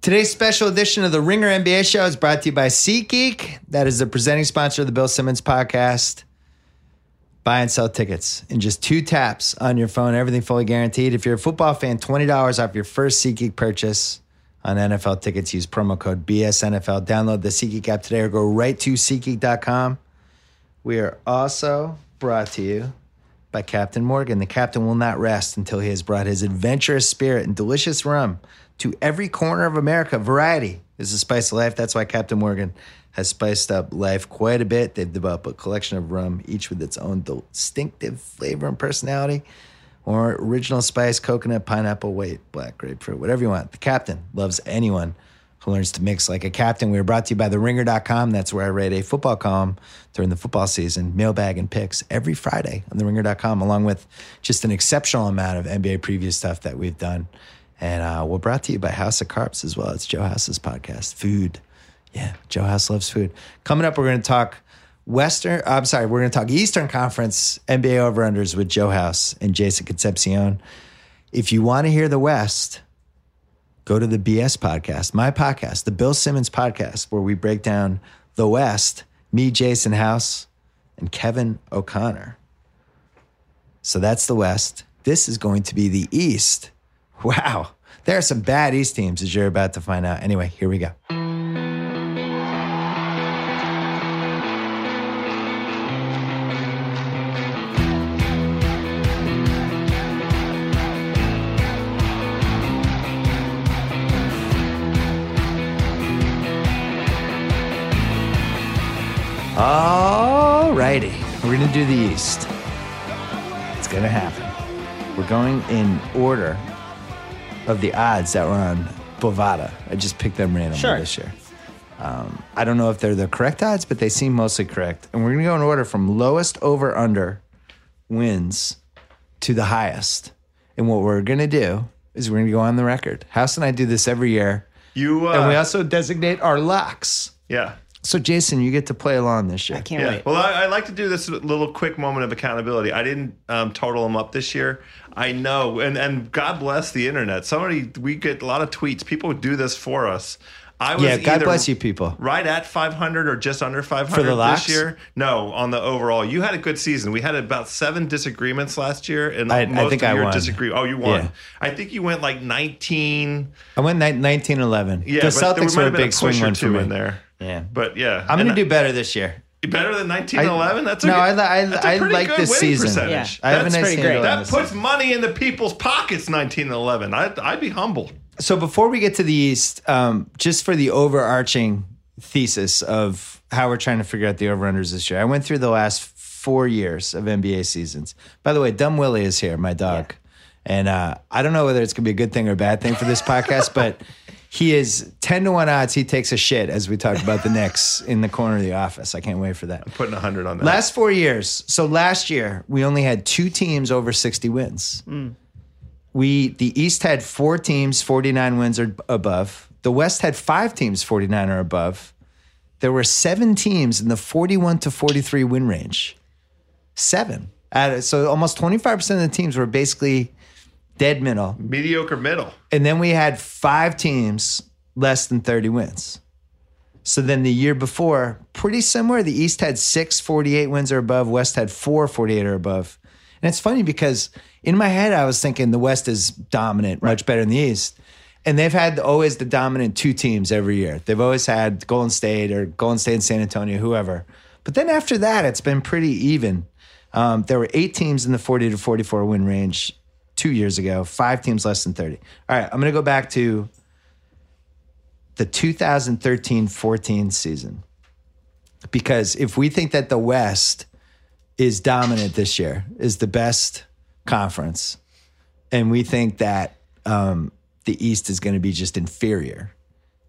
Today's special edition of the Ringer NBA show is brought to you by SeatGeek. That is the presenting sponsor of the Bill Simmons podcast. Buy and sell tickets in just two taps on your phone, everything fully guaranteed. If you're a football fan, $20 off your first SeatGeek purchase on NFL tickets. Use promo code BSNFL. Download the SeatGeek app today or go right to SeatGeek.com. We are also brought to you by Captain Morgan. The captain will not rest until he has brought his adventurous spirit and delicious rum to every corner of America. Variety is the spice of life. That's why Captain Morgan has spiced up life quite a bit. They've developed a collection of rum, each with its own distinctive flavor and personality. Or original spice, coconut, pineapple, white, black grapefruit, whatever you want. The captain loves anyone who learns to mix like a captain. We are brought to you by TheRinger.com. That's where I write a football column during the football season, mailbag and picks every Friday on TheRinger.com, along with just an exceptional amount of NBA preview stuff that we've done. And uh, we're brought to you by House of Carps as well. It's Joe House's podcast, Food. Yeah, Joe House loves food. Coming up, we're going to talk Western. I'm sorry, we're going to talk Eastern Conference NBA over-unders with Joe House and Jason Concepcion. If you want to hear the West, go to the BS podcast, my podcast, the Bill Simmons podcast, where we break down the West, me, Jason House, and Kevin O'Connor. So that's the West. This is going to be the East. Wow. There are some bad East teams, as you're about to find out. Anyway, here we go. All righty. We're going to do the East. It's going to happen. We're going in order of the odds that were on Bovada. I just picked them randomly Sure. this year. Um, I don't know if they're the correct odds, but they seem mostly correct. And we're going to go in order from lowest over under wins to the highest. And what we're going to do is we're going to go on the record. House and I do this every year. You uh, And we also designate our locks. yeah So, Jason, you get to play along this year. I can't yeah. wait. Well, I, I like to do this little quick moment of accountability. I didn't um, total them up this year. I know, and and God bless the internet. Somebody we get a lot of tweets. People do this for us. I was Yeah, God either bless you people. Right at 500 or just under 500 For the locks? this year. No, on the overall, you had a good season. We had about seven disagreements last year, and I- I most think of I your won. disagree. Oh, you won. Yeah. I think you went like 19. I went 19 11. Yeah, the but there Celtics might were a have been big swing push or one for two me. in there. Yeah. But yeah, I'm going And to do better this year. Better than 1911? That's a No, good, I li- I- that's a I pretty like good this winning season. Percentage. Yeah. I have a That's nice pretty handle great. on that this puts one. money in the people's pockets, 1911. I'd, I'd be humbled. So before we get to the East, um, just for the overarching thesis of how we're trying to figure out the over-unders this year, I went through the last four years of NBA seasons. By the way, Dumb Willie is here, my dog. And uh, I don't know whether it's going to be a good thing or a bad thing for this podcast, but he is 10 to 1 odds. He takes a shit as we talk about the Knicks in the corner of the office. I can't wait for that. Putting 100 on that. Last four years. So last year we only had two teams over sixty wins. We the East had four teams forty nine wins or above. The West had five teams forty nine or above. There were seven teams in the forty one to forty three win range. Seven. Out of- so almost twenty five percent of the teams were basically dead middle. Mediocre middle. And then we had five teams less than 30 wins. So then the year before, pretty similar. The East had six 48 wins or above, West had four 48 or above. And it's funny because in my head, I was thinking the West is dominant, much better than the East. And they've had always the dominant two teams every year. They've always had Golden State or Golden State and San Antonio, whoever. But then after that, it's been pretty even. Um, there were eight teams in the 40 to 44 win range two years ago, five teams less than 30. All right, I'm going to go back to the 2013 14 season. Because if we think that the West is dominant this year, is the best conference, and we think that um, the East is going to be just inferior,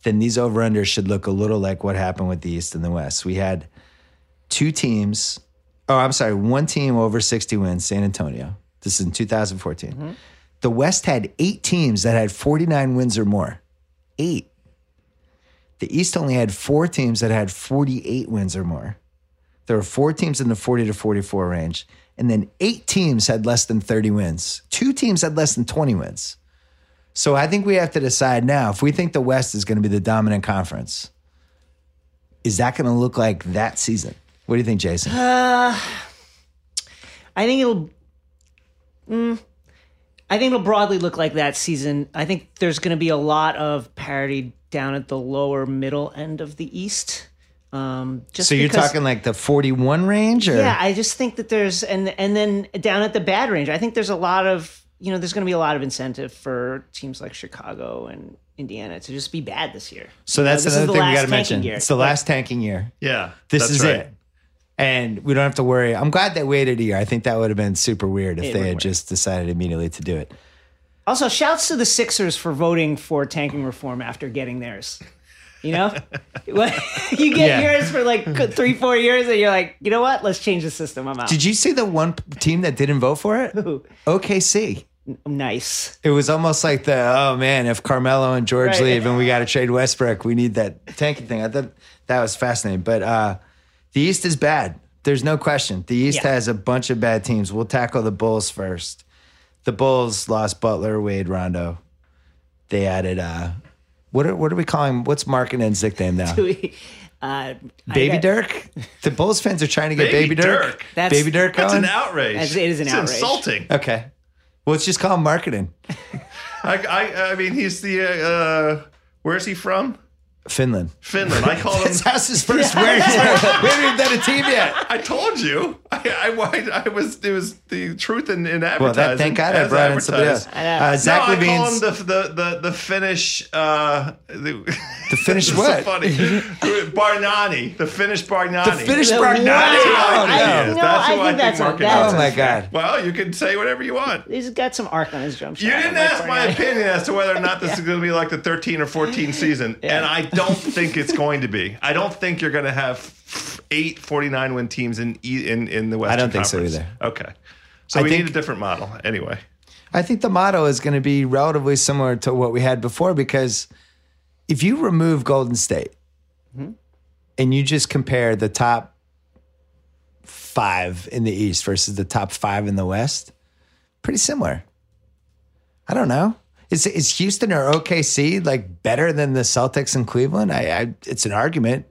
then these over unders should look a little like what happened with the East and the West. We had two teams. Oh, I'm sorry, one team over 60 wins, San Antonio. This is in 2014. The West had eight teams that had 49 wins or more. Eight. The East only had four teams that had 48 wins or more. There were four teams in the 40 to 44 range, and then eight teams had less than 30 wins. Two teams had less than 20 wins. So I think we have to decide now if we think the West is going to be the dominant conference, is that going to look like that season? What do you think, Jason? I think it'll. Mm, I think it'll broadly look like that season. I think there's going to be a lot of parity down at the lower middle end of the East. Um, just So you're because- talking like the 41 range, or Yeah, I just think that there's and and then down at the bad range, I think there's a lot of you know there's going to be a lot of incentive for teams like Chicago and Indiana to just be bad this year. so that's Uh, this is another the thing we last got to tanking mention. year. It's the Like- last tanking year. Yeah. This that's is right. it, and we don't have to worry. I'm glad they waited a year. I think that would have been super weird if It they would had work. just decided immediately to do it. Also, shouts to the Sixers for voting for tanking reform after getting theirs. You know, What- you get Yeah. yours for like three, four years, and you're like, you know what? Let's change the system. I'm out. Did you see the one p- team that didn't vote for it? Ooh, OKC. nice. It was almost like the oh man, if Carmelo and George Right. leave and we got to trade Westbrook, we need that tanking thing. I thought that was fascinating. But uh, the East is bad. There's no question. The East Yeah. has a bunch of bad teams. We'll tackle the Bulls first. The Bulls lost Butler, Wade, Rondo. They added uh, what are what are we calling? What's Markkinen's nickname now? Uh, Baby I- Dirk. The Bulls fans are trying to get Baby, Baby Dirk. Dirk. That's- Baby Dirk. That's going? an outrage. That's- it is an it's outrage. insulting. Okay. Well, let's just call him marketing. I, I, I mean, he's the, uh, uh, where's he from? Finland. Finland. I called him. His house is first. Where is it? We haven't even done a team yet. I told you. I, I, I was, it was the truth in, in advertising. Well, that, thank God I as brought in somebody else. advertised. Uh, Zach no, I call him Levine's. the the the, the Finnish. Uh, the, the Finnish what? So funny. Barnani, the Finnish Barnani. The Finnish The- Bargnani. Wow. Oh, I- no. no, I think that's a- marketing that's Oh, is. my God. Well, you can say whatever you want. He's got some arc on his drum shot. You I'm didn't like, ask my sorry. opinion as to whether or not this is going to be like the 13 or 14 season, and I don't think it's going to be. I don't think you're going to have eight 49 win teams in e- in in the Western don't think so Conference. either. Okay, so I we think- need a different model anyway. I think the motto is going to be relatively similar to what we had before because if you remove Golden State and you just compare the top five in the East versus the top five in the West, pretty similar. I don't know. Is, is Houston or OKC like better than the Celtics in Cleveland? I, I it's an argument.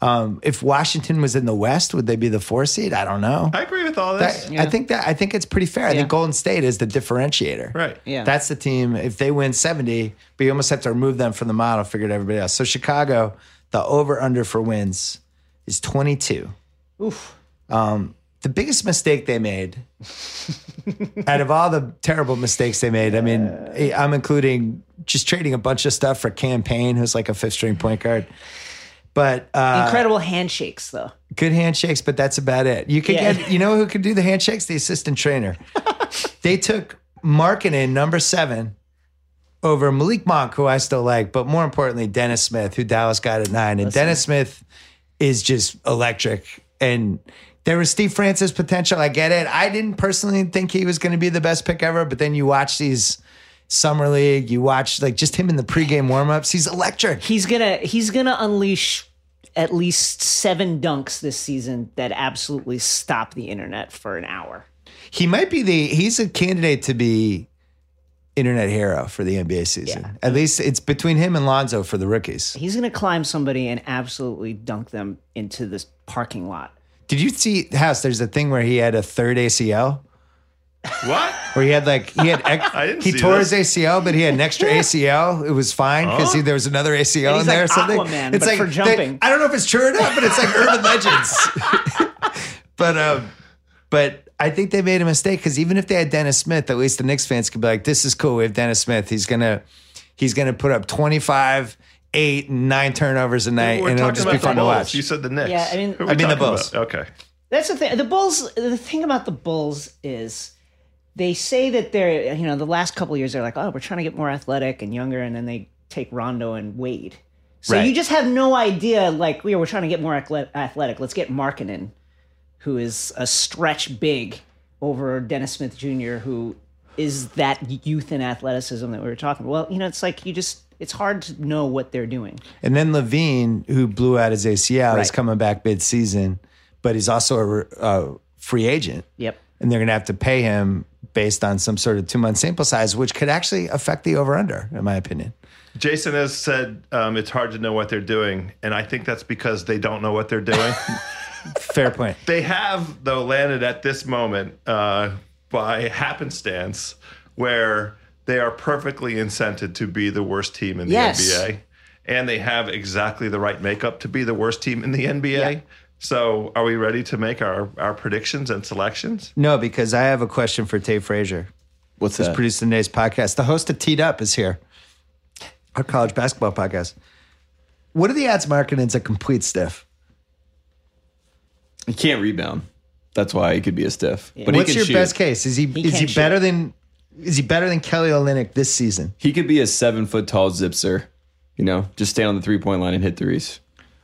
Um, if Washington was in the West, would they be the four seed? I don't know. I agree with all this. That- I think that I think it's pretty fair. I Yeah. think Golden State is the differentiator. Right. Yeah. That's the team. If they win 70, but you almost have to remove them from the model, figure out everybody else. So Chicago, the over under for wins is 22. Oof. The biggest mistake they made out of all the terrible mistakes they made, I mean, I'm including just trading a bunch of stuff for campaign, who's like a fifth string point guard. But uh, Incredible handshakes, though. good handshakes, but that's about it. You could Yeah. get, you know, who could do the handshakes? The assistant trainer. they took Markinen, number seven, over Malik Monk, who I still like, but more importantly, Dennis Smith, who Dallas got at nine. And Dennis Smith is just electric. And there was Steve Francis potential. I get it. I didn't personally think he was going to be the best pick ever, but then you watch these summer league, you watch like just him in the pregame warmups. He's electric. He's gonna he's gonna unleash at least seven dunks this season that absolutely stop the internet for an hour. He might be the he's a candidate to be internet hero for the NBA season. Yeah. At least it's between him and Lonzo for the rookies. He's gonna climb somebody and absolutely dunk them into this parking lot. Did you see House? There's a thing where he had a third ACL, What? where he had like he had ex- I didn't he see tore this. his ACL, but he had an extra ACL. It was fine because Huh? there was another ACL And in he's there like or something. Aquaman, it's but like for they- jumping. I don't know if it's true or not, but it's like urban legends. but um, but I think they made a mistake because even if they had Dennis Smith, at least the Knicks fans could be like, "This is cool. We have Dennis Smith. He's gonna he's gonna put up 25, eight, and nine turnovers a night, We're and it'll talking just about be the fun to Bulls. watch." You said the Knicks. Yeah, I mean- Who are I we mean the talking Bulls. about? Okay. That's the thing. The Bulls. The thing about the Bulls is they say that they're you know the last couple of years they're like oh we're trying to get more athletic and younger and then they take Rondo and Wade. So Right. you just have no idea like we we're trying to get more athle- athletic. Let's get Markkinen, who is a stretch big over Dennis Smith Jr. who is that youth and athleticism that we were talking about. Well, you know it's like you just it's hard to know what they're doing. And then Levine, who blew out his ACL, is Right. coming back mid-season, but he's also a, a free agent, Yep. and they're going to have to pay him based on some sort of two month sample size, which could actually affect the over under, in my opinion. Jason has said um, it's hard to know what they're doing, and I think that's because they don't know what they're doing. Fair point. they have though landed at this moment uh, by happenstance where they are perfectly incented to be the worst team in the Yes. NBA, and they have exactly the right makeup to be the worst team in the NBA. Yeah. So, are we ready to make our, our predictions and selections? No, because I have a question for Tay Frazier, What's who's Uh, that? produced today's podcast. The host of Teed Up is here, our college basketball podcast. What are the ads marketing's a complete stiff? he can't rebound. That's why he could be a stiff. But he What's can your shoot. best case? Is he, is can he shoot. better than is he better than Kelly Olynyk this season? He could be a seven foot tall zipser. You know, just stand on the three point line and hit threes.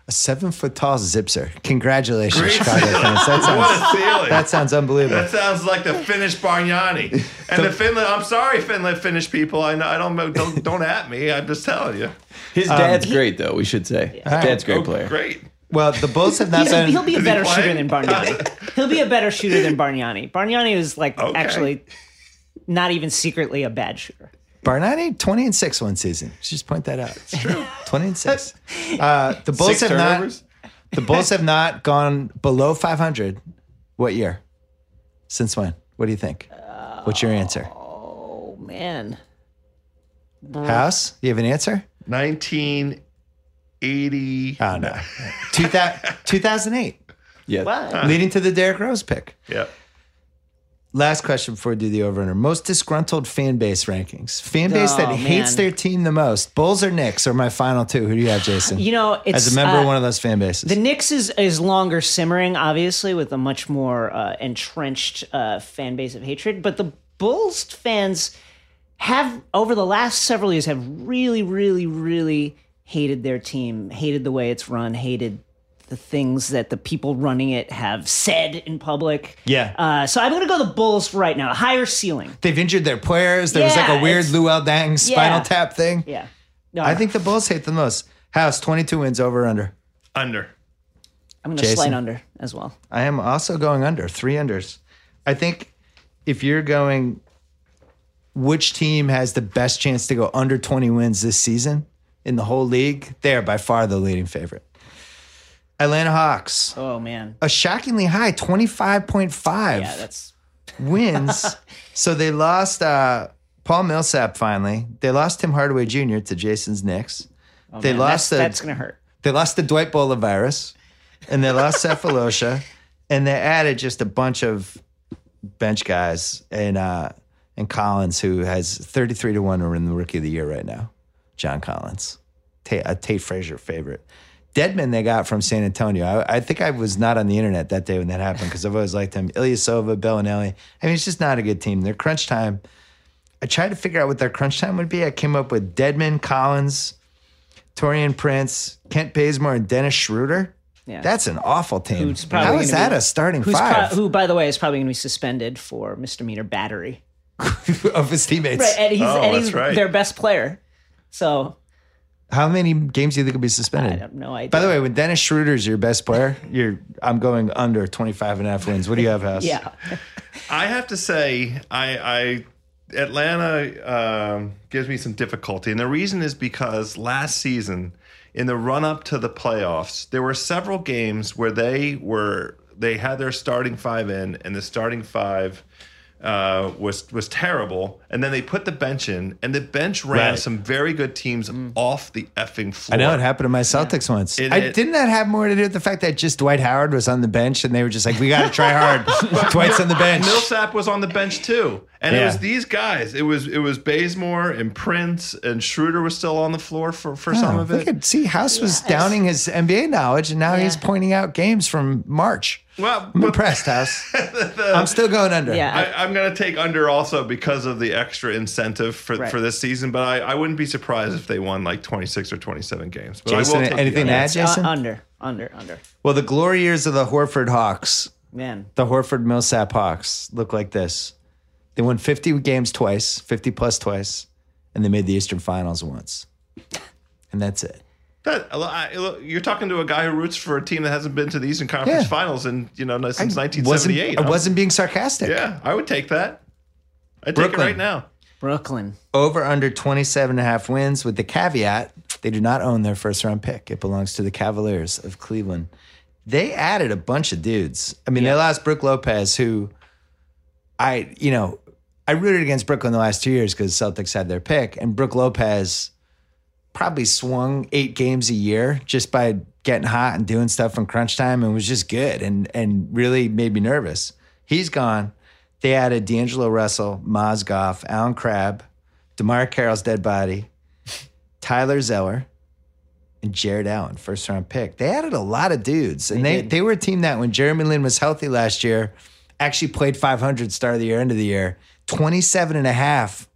A seven foot tall zipser. Congratulations, Chicago fans. That What sounds a feeling! that sounds unbelievable. That sounds like the Finnish Bargnani. And the Finland, I'm sorry, Finland Finnish people. I know I don't know- don't don't at me. I'm just telling you. His dad's great though. We should say his dad's a Um, great player. Great. Well, the Bulls have not He's, been. he'll be a Is he better playing? shooter than Bargnani. he'll be a better shooter than Bargnani. Bargnani is like Okay. actually not even secretly a bad shooter. Barnani, 20 and 6 one season. Let's Just point that out. It's true. 20 and 6. Uh, the Bulls Six have turnovers. not the Bulls have not gone below 500 what year? Since when? What do you think? What's your answer? Oh man, House? You have an answer? 1980. Oh no. 2000, 2008 Yeah, what? leading to the Derrick Rose pick. Yep. Last question before we do the over under. Most disgruntled fan base rankings. Fan base that Oh, hates man. their team the most. Bulls or Knicks are my final two. Who do you have, Jason? You know, it's As a member uh, of one of those fan bases. The Knicks is, is longer simmering, obviously, with a much more uh, entrenched uh, fan base of hatred. But the Bulls fans have, over the last several years, have really, really, really hated their team, hated the way it's run, hated the things that the people running it have said in public. Yeah. Uh, so I'm going to go the Bulls right now. Higher ceiling. They've injured their players. There was Yeah, like a weird it's- Luol Dang spinal Yeah. tap thing. Yeah. No, I think the Bulls hate the most. House 22 wins over under. Under. I'm going to slide Jason. under as well. I am also going under three unders. I think if you're going, which team has the best chance to go under 20 wins this season in the whole league? They are by far the leading favorite. Atlanta Hawks, Oh, man. a shockingly high 25.5. Yeah, that's. wins. so they lost uh, Paul Millsap finally. They lost Tim Hardaway Jr. to Jason's Knicks. they Oh, man, lost that's, that's the going to hurt. they lost the Dwight Bola virus, and they lost Cephalosha, and they added just a bunch of bench guys and uh, and Collins who has thirty three to one are in the Rookie of the Year right now. John Collins, Tay, a Tate Frazier favorite. Deadman they got from San Antonio. I, I think I was not on the internet that day when that happened because I've always liked him. Ilyasova, Bellinelli. I mean, it's just not a good team. Their crunch time. I tried to figure out what their crunch time would be. I came up with Deadman, Collins, Torian Prince, Kent Bazemore, and Dennis Schroeder. Yeah. That's an awful team. Who's probably How is gonna that be- a starting Who's pro- five who, by the way, is probably going to be suspended for misdemeanor battery. of his teammates? Right, and he's, Oh, and that's he's right. their best player. So How many games do you think will be I suspended? don't know. I By the way, when Dennis Schroeder's your best player, you're I'm going under 25 and a half wins. What do you have, House? yeah, I have to say, I, I Atlanta um, gives me some difficulty, and the reason is because last season, in the run up to the playoffs, there were several games where they were they had their starting five in, and the starting five uh, was was terrible, and then they put the bench in, and the bench ran Right. Mm. some very good teams off the effing floor. I know it happened to my Celtics once. It- I, it- didn't that have more to do with the fact that just Dwight Howard was on the bench and they were just like, we got to try hard. Dwight's on the bench. Millsap was on the bench too, and Yeah. it was these guys. It was it was Bazemore and Prince and Schroeder was still on the floor for for some Oh, of we it. could see House was downing his NBA knowledge, and now he's Yeah. pointing out games from March. Well, I'm but impressed, House. I'm still going under. yeah. I, I'm going to take under also because of the extra incentive for, Right. for this season. But I, I wouldn't be surprised if they won like 26 or 27 games. But I Jason, will take the anything to under. add, It's, uh, Jason? under, under, under. Well, the glory years of the Horford Hawks, Man, the Horford Millsap Hawks, look like this. They won 50 games twice, 50 plus twice, and they made the Eastern Finals once. And that's it. That- I- look, you're talking to a guy who roots for a team that hasn't been to the Eastern Conference Yeah. Finals in you know since Wasn't, 1978. I wasn't being sarcastic. yeah, I would take that. I take Brooklyn. it right now. Brooklyn. Over under 27 and a half wins with the caveat they do not own their first round pick. It belongs to the Cavaliers of Cleveland. They added a bunch of dudes. I mean, they lost Brooke Lopez, who I, you know, I rooted against Brooklyn the last two years because Celtics had their pick, and Brooke Lopez probably swung eight games a year just by getting hot and doing stuff in crunch time and was just good and and really made me nervous. He's gone. They added D'Angelo Russell, Mozgov, Alan Crabb, Damar Carroll's dead body, Tyler Zeller, and Jared Allen, first round pick. They added a lot of dudes, and they, they, were a team that when Jeremy Lin was healthy last year, actually played 500 start of the year, end of the year. 27 and a half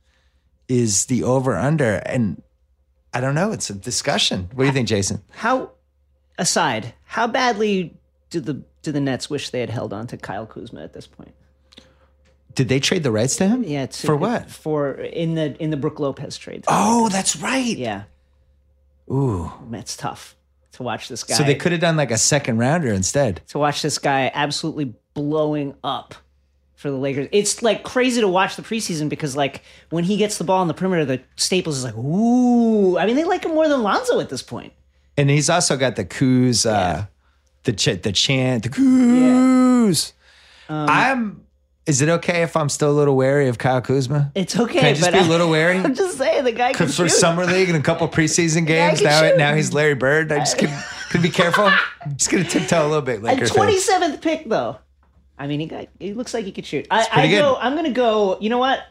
is the over under. And I don't know. It's a discussion. What do you think, Jason? How aside, how badly do the do the Nets wish they had held on to Kyle Kuzma at this point? Did they trade the rights to him? Yeah, it's for what? For in the in the Brook Lopez trade. Oh, that's right. Yeah, Ooh. it's tough to watch this guy. So they could have done like a second rounder instead. to watch this guy absolutely blowing up for the Lakers. It's like crazy to watch the preseason because like when he gets the ball on the perimeter, the Staples is like, ooh. I mean, they like him more than Lonzo at this point. And he's also got the coos, uh, the ch- the chant, the coos. Um, I'm. Is it okay if I'm still a little wary of Kyle Kuzma? It's okay, Can I just but be I- a little wary? I'm just saying the guy can for shoot. summer league and a couple preseason games. can Now, shoot. now he's Larry Bird. I just could, could be careful. just gonna tiptoe a little bit. Laker fan. Twenty seventh pick though. I mean, he got. He looks like he could shoot. I, I pretty good. go. I'm gonna go. You know what?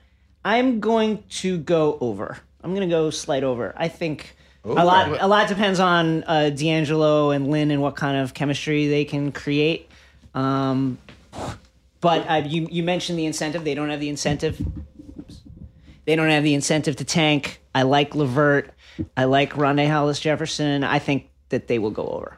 I'm going to go over. I'm gonna go slight over. I think a lot. A lot depends on uh, D'Angelo and Lynn and what kind of chemistry they can create. Um, but uh, you you mentioned the incentive. They don't have the incentive. They don't have the incentive to tank. I like Levert. I like Rondé Hollis Jefferson. I think that they will go over.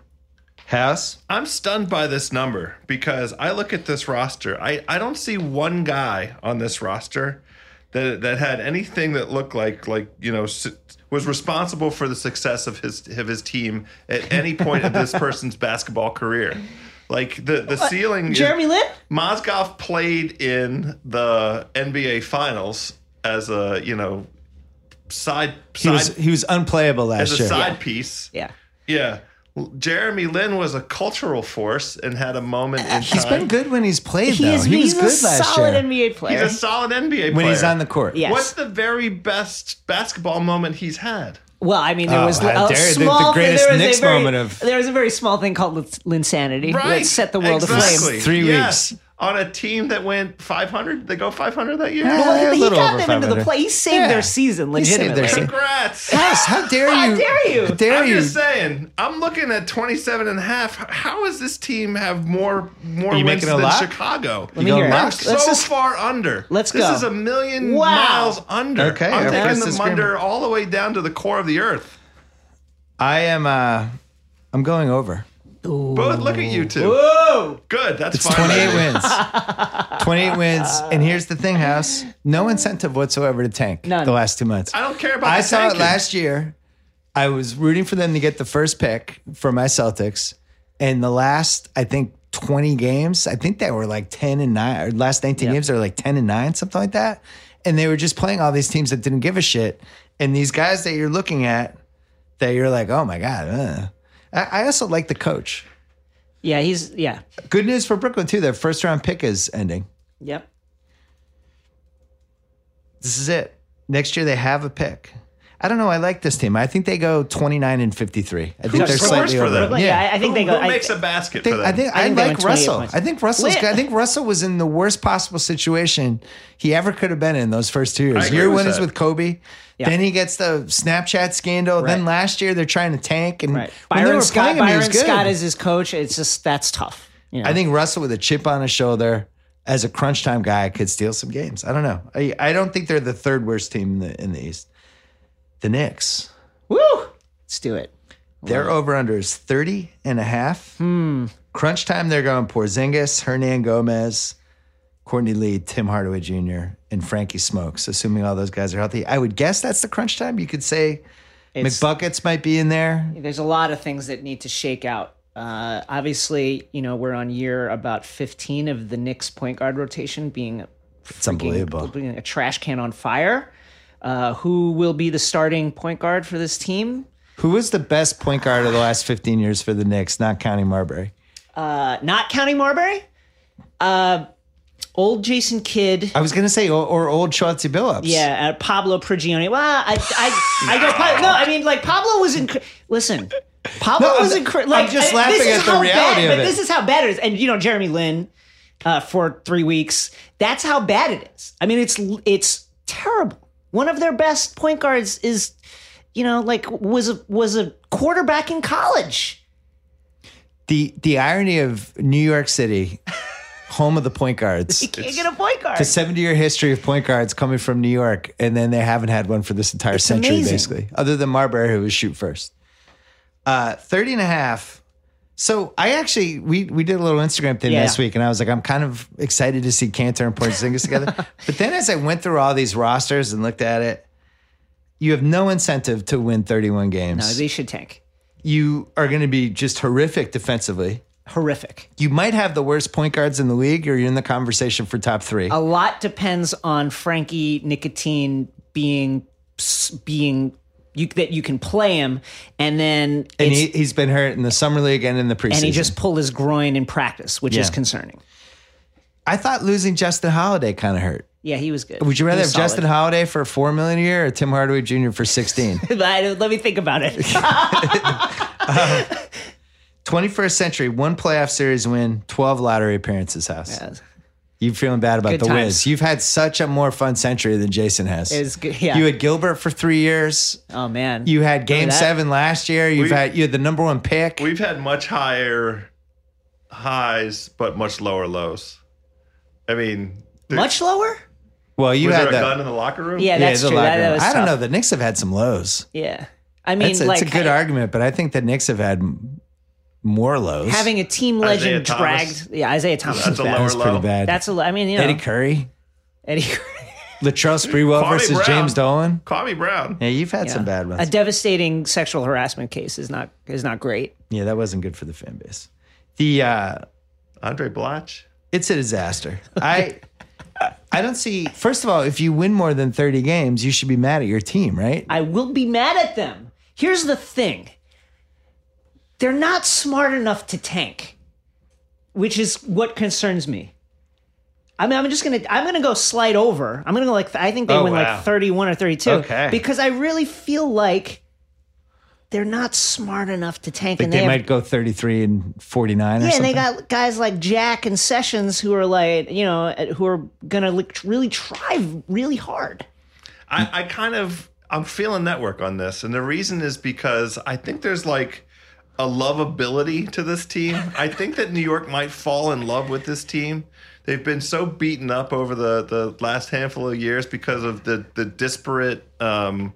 House. I'm stunned by this number because I look at this roster. I, I don't see one guy on this roster that that had anything that looked like like you know su- was responsible for the success of his of his team at any point of this person's basketball career. Like the the ceiling. is- Jeremy Lin. Mozgov played in the NBA Finals as a you know side He was side he was unplayable as last a year. side piece. Yeah. Yeah. L- Jeremy Lin was a cultural force and had a moment in time. Uh, He's been good when he's played He though. is. he was he's good a last solid year NBA player. He's a solid NBA player. when he's on the court. Yeah. What's the very best basketball moment he's had? well, I mean, there Oh, was a how dare- the- the small. greatest there was Knicks a very, moment of- There was a very small thing called lins- linsanity that set the world exactly. aflame. Three Yes. weeks. On a team that went 500, they go 500 that year. Yeah. Well, a he little got over them into the 500. play. He saved Yeah. their season He saved their legitimately. season. Congrats. Yes, how dare you? How dare you? How dare I'm you? just saying, I'm looking at 27 and a half. How does this team have more more you wins making a than lot? Chicago? You hear go it. They're last? so Let's just- far under. Let's this go. is a million Wow. miles under. Okay, I'm okay. taking Let's them disagree. under all the way down to the core of the earth. I am. uh I'm going over. But look at you two. Whoa! Good. That's It's fine. 28 wins. 28 wins. And here's the thing, House. No incentive whatsoever to tank None. the last two months. I don't care about. I the saw tanking. it last year. I was rooting for them to get the first pick for my Celtics. And the last, I think, 20 games, I think they were like 10 and 9, or last 19 games, they were like 10 and 9, something like that. And they were just playing all these teams that didn't give a shit. And these guys that you're looking at, that you're like, oh my God. uh. I I also like the coach. Yeah, he's yeah, Good news for Brooklyn, too. Their first round pick is ending. yep. This is it. Next year they have a pick. I don't know. I like this team. I think they go 29 and 53. I think Who they're scores slightly for over. them? Like, yeah. I, I think who, they go. who I, makes a basket think- for them? I think I I, think they like went 28 Russell. points. I think Russell's. Lit. I think Russell was in the worst possible situation he ever could have been in those first two years. agree Year with one is that. with Kobe. Yeah. Then he gets the Snapchat scandal. Then last year they're trying to tank. And right. when they Byron were Scott. playing him, he was Byron good. Scott is his coach. It's just that's tough. You know? I think Russell with a chip on his shoulder as a crunch time guy could steal some games. I don't know. I, I don't think they're the third worst team in the in the East. The Knicks. Woo! Let's do it. Their over under is 30 and a half. Crunch time, they're going Porzingis, Hernan Gomez, Courtney Lee, Tim Hardaway Jr., and Frankie Smokes, assuming all those guys are healthy. I would guess that's the crunch time. You could say It's- McBuckets might be in there. there's a lot of things that need to shake out. Uh, obviously, you know, we're on year about 15 of the Knicks point guard rotation being It's unbelievable. a trash can on fire. Uh, who will be the starting point guard for this team? Who was the best point guard of the last 15 years for the Knicks, not counting Marbury? Uh, not counting Marbury. Uh, old Jason Kidd. I was going to say, or, or old Chauncey Billups. Yeah, uh, Pablo Prigioni. Well, I, I, I go. Pa- no, I mean, like Pablo was in. Listen, Pablo No, I'm- was in. I'm Like, just I- laughing this is at the how reality of bad, but it. This is how bad it is, and you know, Jeremy Lin uh, for three weeks. That's how bad it is. I mean, it's it's terrible. One of their best point guards is, you know, like was a was a quarterback in college. The, the irony of New York City, home of the point guards. You can't get a point guard. The 70 year history of point guards coming from New York, and then they haven't had one for this entire century, amazing. basically, other than Marbury, who was shoot first. Uh, 30 and a half. So I actually, we, we did a little Instagram thing Yeah. this week, and I was like, I'm kind of excited to see Cantor and Porzingis together. But then as I went through all these rosters and looked at it, you have no incentive to win 31 No, games. they should tank. you are going to be just horrific defensively. Horrific. You might have the worst point guards in the league, or you're in the conversation for top three. a lot depends on Frankie Nicotine being being you, that you can play him, and then And it's- he, he's been hurt in the summer league and in the preseason. and he just pulled his groin in practice, which is Yeah. concerning. I thought losing Justin Holiday kind of hurt. Yeah, he was good. Would you rather He have was Justin solid. Holiday for four million a year or Tim Hardaway Jr. for sixteen? I- Let me think about it. 21st century, one playoff series win, twelve lottery appearances. House, you feeling bad about Good the times. Wiz? You've had such a more fun century than Jason has. It's good- yeah. You had Gilbert for three years. oh man, You had Game that? Seven last year. You've We- had you had the number one pick. We've had much higher highs, but much lower lows. I mean, the- much lower. well, you was there had a the gun in the locker room? Yeah, yeah, that's the true. That, locker that room. was I don't know. tough. The Knicks have had some lows. Yeah, I mean, it's, a- like it's a good argument, but I think the Knicks have had m- more lows. having a team legend Isaiah Thomas. dragged. Yeah, Isaiah Thomas. That's is a bad. lower That's pretty low. bad. That's a. lo- I mean, you know, Eddie Curry, Eddie Latrell Sprewell Kwame versus Brown. James Dolan. Kwame Brown. Yeah, you've had some bad A ones. devastating sexual harassment case is not is not great. yeah, that wasn't good for the fan base. The uh, Andre Blatch. it's a disaster. I I don't see. First of all, if you win more than thirty games, you should be mad at your team, right? I will be mad at them. Here's the thing they're not smart enough to tank, which is what concerns me. I mean, I'm just gonna I'm gonna go slide over. I'm gonna go like I think they Oh, win wow. like 31 or 32. Okay. Because I really feel like they're not smart enough to tank, and they they, have, might go thirty-three and forty-nine. or yeah, and something. they got guys like Jack and Sessions who are like you know who are gonna like really try really hard. I, I kind of I'm feeling network on this, and the reason is because I think there's like a lovability to this team. I think that New York might fall in love with this team. They've been so beaten up over the the last handful of years because of the the disparate. Um,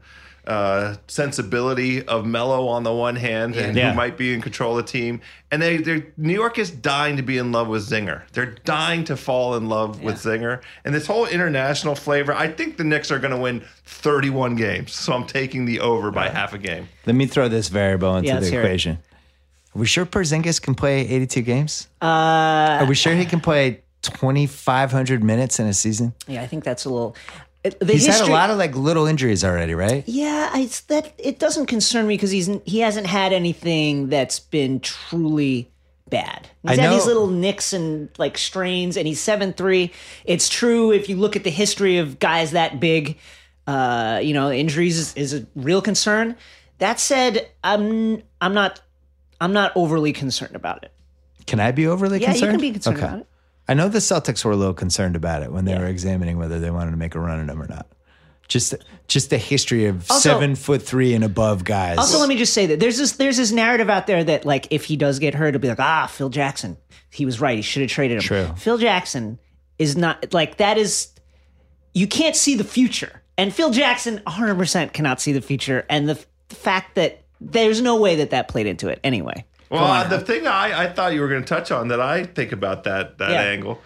uh, sensibility of Mello on the one hand, and Yeah. who might be in control of the team, and they, they New York is dying to be in love with Zinger. They're dying to fall in love with Zinger, and this whole international flavor. I think the Knicks are going to win 31 games, so I'm taking the over by half a game. Let me throw this variable into Yeah, let's the hear it. equation. Are we sure Porzingis can play 82 games? Uh, Are we sure he can play 2,500 minutes in a season? Yeah, I think that's a little. uh, The He's had history- a lot of like little injuries already, right? Yeah, I- it's that it doesn't concern me because he's he hasn't had anything that's been truly bad. He's I had know- these little nicks and like strains, and he's seven three. It's true if you look at the history of guys that big. Uh, you know, injuries is, is a real concern. That said, I'm I'm not I'm not overly concerned about it. Can I be overly Yeah, you concerned? can be concerned about it. I know the Celtics were a little concerned about it when they were examining whether they wanted to make a run at him or not. Just, just the history of Also- seven foot three and above guys. Also, let me just say that there's this there's this narrative out there that like if he does get hurt, it'll be like ah Phil Jackson, he was right, he should have traded him. True. Phil Jackson is not like that is you can't see the future, and Phil Jackson 100 percent cannot see the future, and the, f- the fact that there's no way that that played into it anyway. Well, uh, the thing I, I thought you were going to touch on that I think about that that Yeah. angle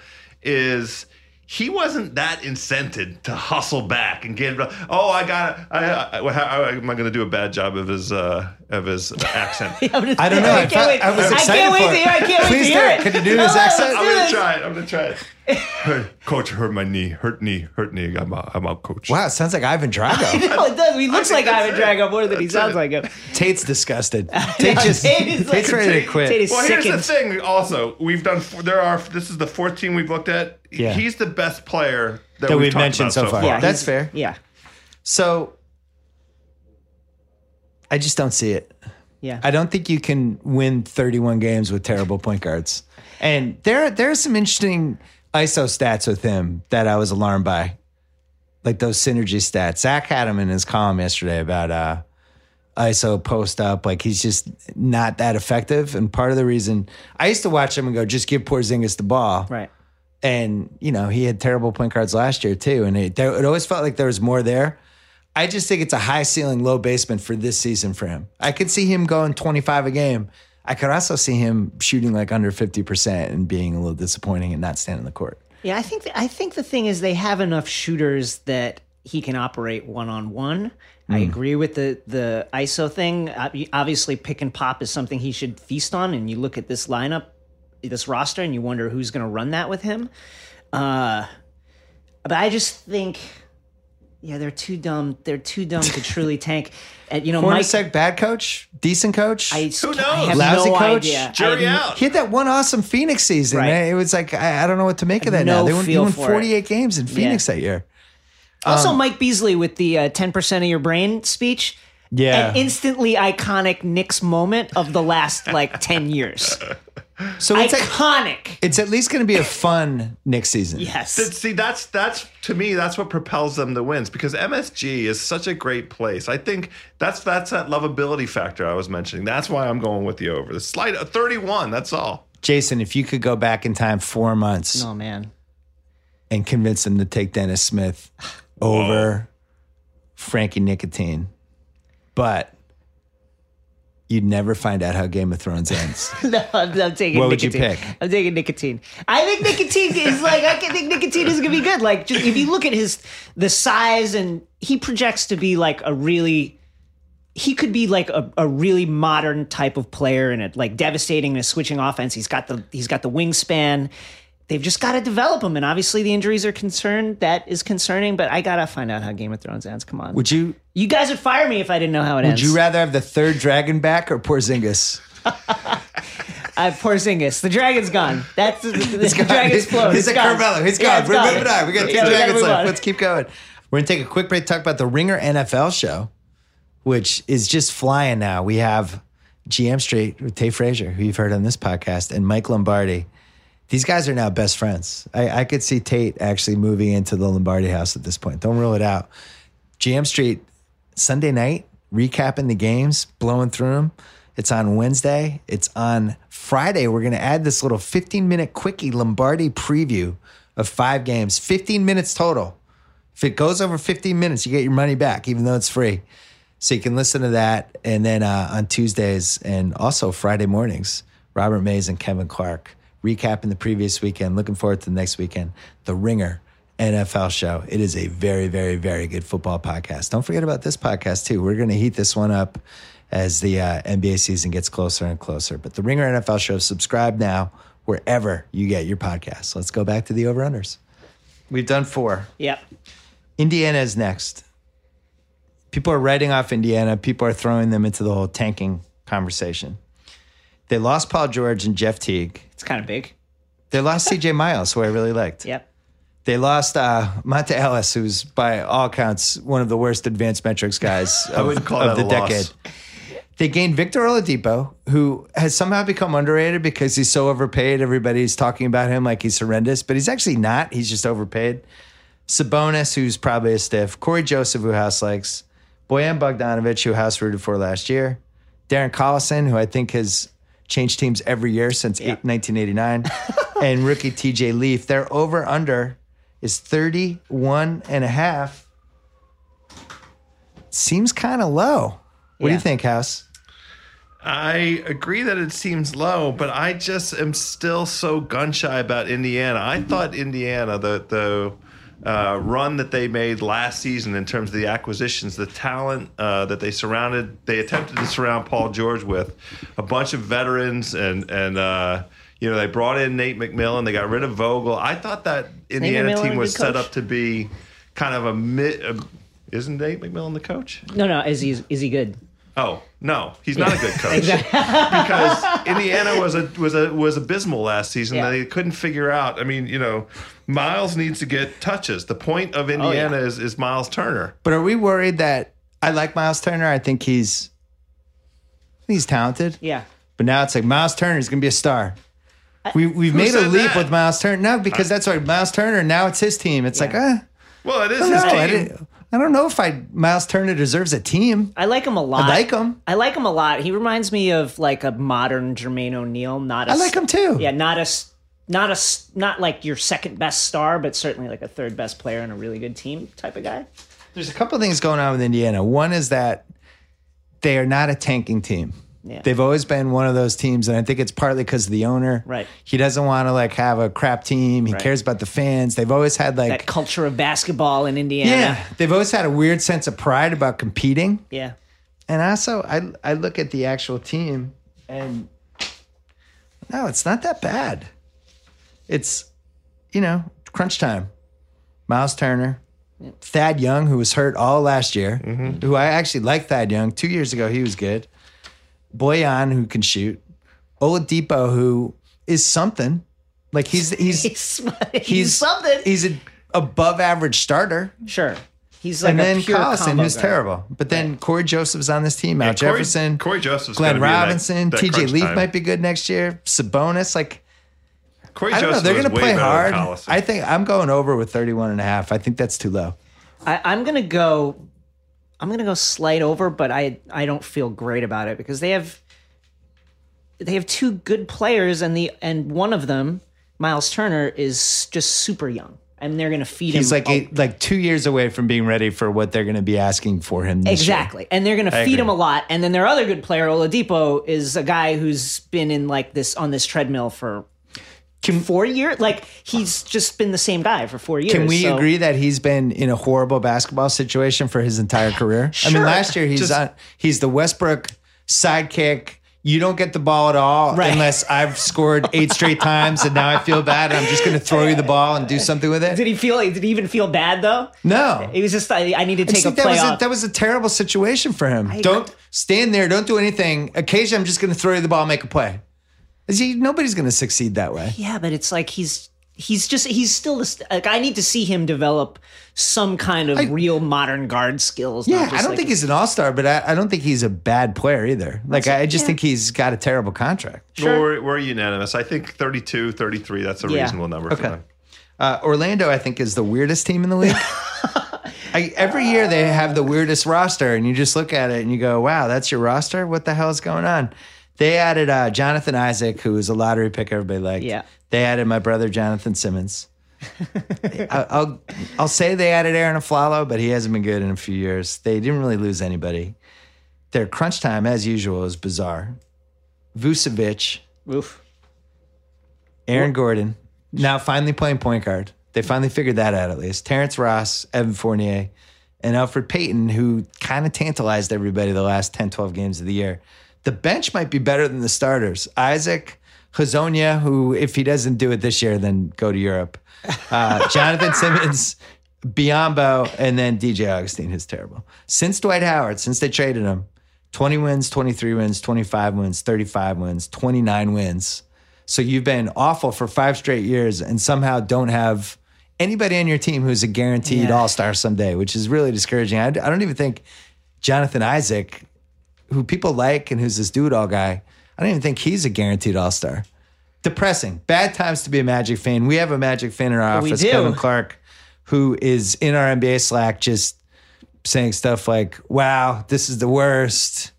is he wasn't that incented to hustle back and get. Oh, I got. I, I, how, how am I going to do a bad job of his uh, of his accent? I don't know. I, can't thought- wait. I was I excited can't wait for to it. hear. I can't wait Please to do hear it. it. Can you do No, this no, accent? let's I'm do going this. to try it. I'm going to try it. coach hurt my knee, hurt knee, hurt knee. I'm out, I'm out coach. Wow, it sounds like Ivan Drago. No, it does. He looks like Ivan Drago more than he sounds like him. Tate's disgusted. Tate just, Tate is Tate's like- ready to quit. Tate is Well, here's the sickened. thing. Also, we've done. four- There are. This is the fourth team we've looked at. Yeah. He's the best player that, That we've, we've talked mentioned about so far. Yeah. That's he's- fair. Yeah, So I just don't see it. yeah. I don't think you can win 31 games with terrible point guards. And there, there are some interesting ISO stats with him that I was alarmed by, like those synergy stats. Zach had him in his column yesterday about uh, ISO post up. Like he's just not that effective. And part of the reason I used to watch him and go, just give Porzingis the ball, right. and you know he had terrible point guards last year too, and it, there, it always felt like there was more there. I just think it's a high ceiling, low basement for this season for him. I could see him going 25 a game. I could also see him shooting like under 50% and being a little disappointing and not standing the court. Yeah, I think I think the thing is they have enough shooters that he can operate one on one. I agree with the the ISO thing. Ob- Obviously, pick and pop is something he should feast on. And you look at this lineup, this roster, and you wonder who's going to run that with him. Uh, but I just think, yeah, they're too dumb. They're too dumb to truly tank. And you know, Mike, Hornacek, bad coach, decent coach. I, s- Who knows? I have Lousy no coach? idea. Jury I have n- out. he had that one awesome Phoenix season. Right. and It was like I, I don't know what to make of that. No now they won, he feel won for it. 48 games in Phoenix that year. Also, Um, Mike Beasley with the uh, ten percent of your brain speech. Yeah. an instantly iconic Knicks moment of the last like ten years. So it's like, iconic. it's at least going to be a fun next season. yes. That- See, that's that's to me, that's what propels them to wins because MSG is such a great place. I think that's that's that lovability factor I was mentioning. That's why I'm going with the over. The slight 31. That's all. Jason, if you could go back in time four months Oh man. and convince him to take Dennis Smith over Frankie Nicotine, but you'd never find out how Game of Thrones ends. No, I'm, I'm taking What would you nicotine. pick? I'm taking nicotine. I think nicotine is like I can think nicotine is gonna be good. Like just, if you look at his the size and he projects to be like a really he could be like a, a really modern type of player and it like devastating in a switching offense. He's got the he's got the wingspan. They've just got to develop him, and obviously the injuries are concerned. That is concerning, but I gotta find out how Game of Thrones ends. Come on, Would you? you guys would fire me if I didn't know how it Would ends. you rather have the third dragon back or Porzingis? Uh, Porzingis. The dragon's gone. That's the, gone. dragon's flown. He's It's at gone. Carmelo. He's gone. Yeah, it's We're gone. moving on. We got Yeah, ten we gotta dragons move left. on. Let's keep going. We're gonna take a quick break. Talk about the Ringer NFL show, which is just flying now. We have GM Street with Tay Frazier, who you've heard on this podcast, and Mike Lombardi. These guys are now best friends. I, I could see Tate actually moving into the Lombardi house at this point. Don't rule it out. GM Street Sunday night, recapping the games, blowing through them. It's on Wednesday. It's on Friday. We're going to add this little 15 minute quickie Lombardi preview of five games, 15 minutes total. If it goes over 15 minutes, you get your money back, even though it's free. So you can listen to that. And then uh, on Tuesdays and also Friday mornings, Robert Mays and Kevin Clark recapping the previous weekend. Looking forward to the next weekend, The Ringer NFL show. It is a very, very, very good football podcast. Don't forget about this podcast, too. We're going to heat this one up as the uh, NBA season gets closer and closer. But The Ringer NFL show, subscribe now wherever you get your podcasts. Let's go back to the over unders. We've done four. Yep. Indiana is next. People are writing off Indiana. People are throwing them into the whole tanking conversation. They lost Paul George and Jeff Teague. It's kind of big. They lost CJ Miles, who I really liked. Yep. They lost uh, Monte Ellis, who's by all counts one of the worst advanced metrics guys of, wouldn't call of that the a loss. decade. They gained Victor Oladipo, who has somehow become underrated because he's so overpaid. Everybody's talking about him like he's horrendous, but he's actually not. He's just overpaid. Sabonis, who's probably a stiff. Corey Joseph, who House likes. Boyan Bogdanovich, who House rooted for last year. Darren Collison, who I think has changed teams every year since eight- 1989. and rookie TJ Leaf. Their over under is 31 and a half. Seems kind of low. What do Yeah. you think, House? I agree that it seems low, but I just am still so gun shy about Indiana. I thought Indiana, the the uh, run that they made last season in terms of the acquisitions, the talent uh, that they surrounded, they attempted to surround Paul George with a bunch of veterans and and uh, You know, they brought in Nate McMillan. They got rid of Vogel. I thought that Indiana McMillan a team good was set coach? up to be kind of a mid. A, isn't Nate McMillan the coach? No, no, is he is he good? Oh no, he's not a good coach because Indiana was a was a was abysmal last season. Yeah. They couldn't figure out. I mean, you know, Miles needs to get touches. The point of Indiana is is Miles Turner. But are we worried that I like Miles Turner? I think he's he's talented. Yeah. But now it's like Miles Turner is going to be a star. We we've made a said leap that? with Miles Turner. No, because that's right. Miles Turner. Now it's his team. It's like, eh, Well, it is I don't his know. I, team. didn't- I don't know if I Miles Turner deserves a team. I like him a lot. I like him. I like him a lot. He reminds me of like a modern Jermaine O'Neal. Not a I like him too. Yeah, not a s- not a s- not like your second best star, but certainly like a third best player and a really good team type of guy. There's a couple things going on with Indiana. One is that they are not a tanking team. Yeah. They've always been one of those teams, and I think it's partly because of the owner. Right. He doesn't want to like have a crap team. He Right. cares about the fans. They've always had like That culture of basketball in Indiana. Yeah, they've always had a weird sense of pride about competing, Yeah. and also I I look at the actual team and no, it's not that bad. It's you know crunch time. Miles Turner, Thad Young, who was hurt all last year, Mm-hmm. who I actually liked Thad Young two years ago. He was good. Boyan, who can shoot. Oladipo, who is something. Like he's he's He's, he's, he's something. He's an above average starter sure. He's like and a then pure Collison, combo who's guard. terrible. But then Corey Joseph's on this team. Al Corey- Jefferson, Corey Joseph's Glenn gotta be in that- Robinson, that TJ crunch Leaf time. might be good next year. Sabonis, like Corey I don't know, Joseph they're was going to way play better than hard. Collison. I think I'm going over with 31 and a half. I think that's too low. I, I'm gonna go. I'm gonna go slight over, but I I don't feel great about it because they have they have two good players and the and one of them, Miles Turner, is just super young, and they're gonna feed He's him like eight, like two years away from being ready for what they're going to be asking for him. This year. Exactly. And they're going to feed him a lot. And then their other good player, Oladipo, is a guy who's been in like this on this treadmill for four years. Like he's just been the same guy for four years. Can we so- agree that he's been in a horrible basketball situation for his entire career? I mean, Sure. last year he's on, he's the Westbrook sidekick. You don't get the ball at all Right. unless I've scored eight straight times, and now I feel bad. And I'm just going to throw you the ball and do something with it. Did he feel? Did he even feel bad though? No, It was just I, I need to I take a think that was a, playoff. that was a terrible situation for him. don't stand there. Don't do anything. Occasionally, I'm just going to throw you the ball, and make a play. See, nobody's going to succeed that way. yeah, but it's like he's. He's just, he's still this. Like, I need to see him develop some kind of real modern guard skills. not Yeah, just I don't like think he's an all star, but I, I don't think he's a bad player either. Like, I just think he's got a terrible contract. Well, we're, we're unanimous. I think 32, 33, that's a Yeah. reasonable number for them. Uh, Orlando, I think, is the weirdest team in the league. I, every year they have the weirdest roster, and you just look at it and you go, wow, that's your roster? What the hell is going on? They added uh, Jonathan Isaac, who was a lottery pick everybody liked. Yeah. They added my brother, Jonathan Simmons. I, I'll, I'll say they added Aaron Aflalo, but he hasn't been good in a few years. They didn't really lose anybody. Their crunch time, as usual, is bizarre. Vucevic, Oof. Aaron Gordon, now finally playing point guard. They finally figured that out at least. Terrence Ross, Evan Fournier, and Alfred Payton, who kind of tantalized everybody the last 10, 12 games of the year. The bench might be better than the starters. Isaac, Hazonia, who, if he doesn't do it this year, then go to Europe. Uh, Jonathan Simmons, Biombo, and then DJ Augustine, who's terrible. Since Dwight Howard, since they traded him, 20 wins, 23 wins, 25 wins, 35 wins, 29 wins. So you've been awful for five straight years and somehow don't have anybody on your team who's a guaranteed Yeah. all star someday, which is really discouraging. I, I don't even think Jonathan Isaac, who people like and who's this dude all guy, I don't even think he's a guaranteed all star. Depressing. Bad times to be a Magic fan. We have a Magic fan in our We office, do. Kevin Clark, who is in our NBA Slack just saying stuff like, wow, this is the worst.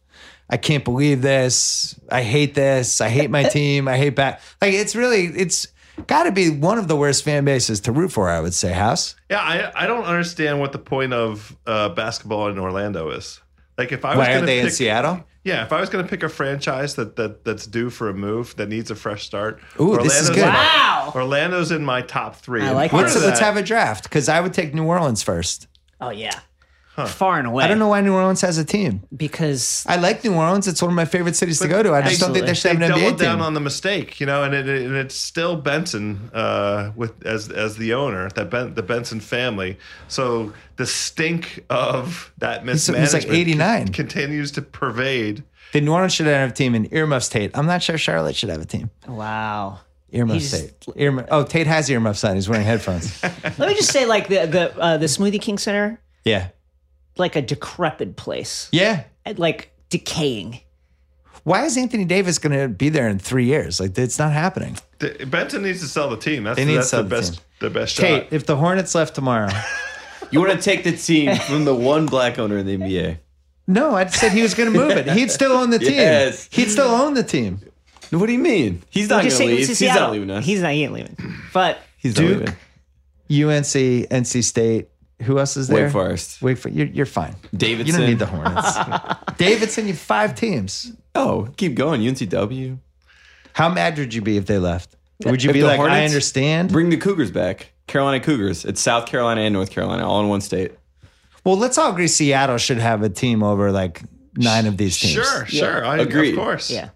I can't believe this. I hate this. I hate my team. I hate back. Like it's really, it's got to be one of the worst fan bases to root for. I would say, House. Yeah, I, I don't understand what the point of uh, basketball in Orlando is. Like if I was Why going are to they pick, in Seattle? yeah, if I was going to pick a franchise that, that that's due for a move that needs a fresh start, Ooh, this is good. Wow. Orlando's in my top three. I And like part it. Let's of let's that- have a draft because I would take New Orleans first. Oh yeah. far and away. I don't know why New Orleans has a team. because I like New Orleans. It's one of my favorite cities to go to. I just don't think they Absolutely. They should have an NBA doubled down team. on the mistake, you know, and it, and it's still Benson uh, with as as the owner, that ben, the Benson family. So the stink of that he's like mismanagement 89. continues to pervade. the New Orleans should have a team in Earmuff State. I'm not sure Charlotte should have a team. wow. Earmuff He's- State. Earmuff. Oh, Tate has earmuffs on. He's wearing headphones. Let me just say, like the the uh, the Smoothie King Center, yeah. like a decrepit place, Yeah. And, like decaying. Why is Anthony Davis going to be there in three years? Like, it's not happening. The- Benson needs to sell the team. That's, They need to that's sell the the best team. the best Tate, shot. if the Hornets left tomorrow, You want to take the team from the one black owner in the NBA. no, I said he was going to move it. He'd still own the team. Yes. He'd still own the team. What do you mean? He's not We'll going just to say leave. it's He's Seattle. not leaving us. He's not he ain't leaving. But He's Duke, not leaving. UNC, NC State. Who else is there? Wake Forest. Wake Forest. You're, you're fine. Davidson. You don't need the Hornets. Davidson, you have five teams. Oh, keep going. UNCW. How mad would you be if they left? Would you If be the like, I Hornets- understand? Bring the Cougars back. Carolina Cougars. It's South Carolina and North Carolina all in one state. Well, let's all agree Seattle should have a team over like nine of these teams. Sure, sure. I, Agreed. Of course. yeah,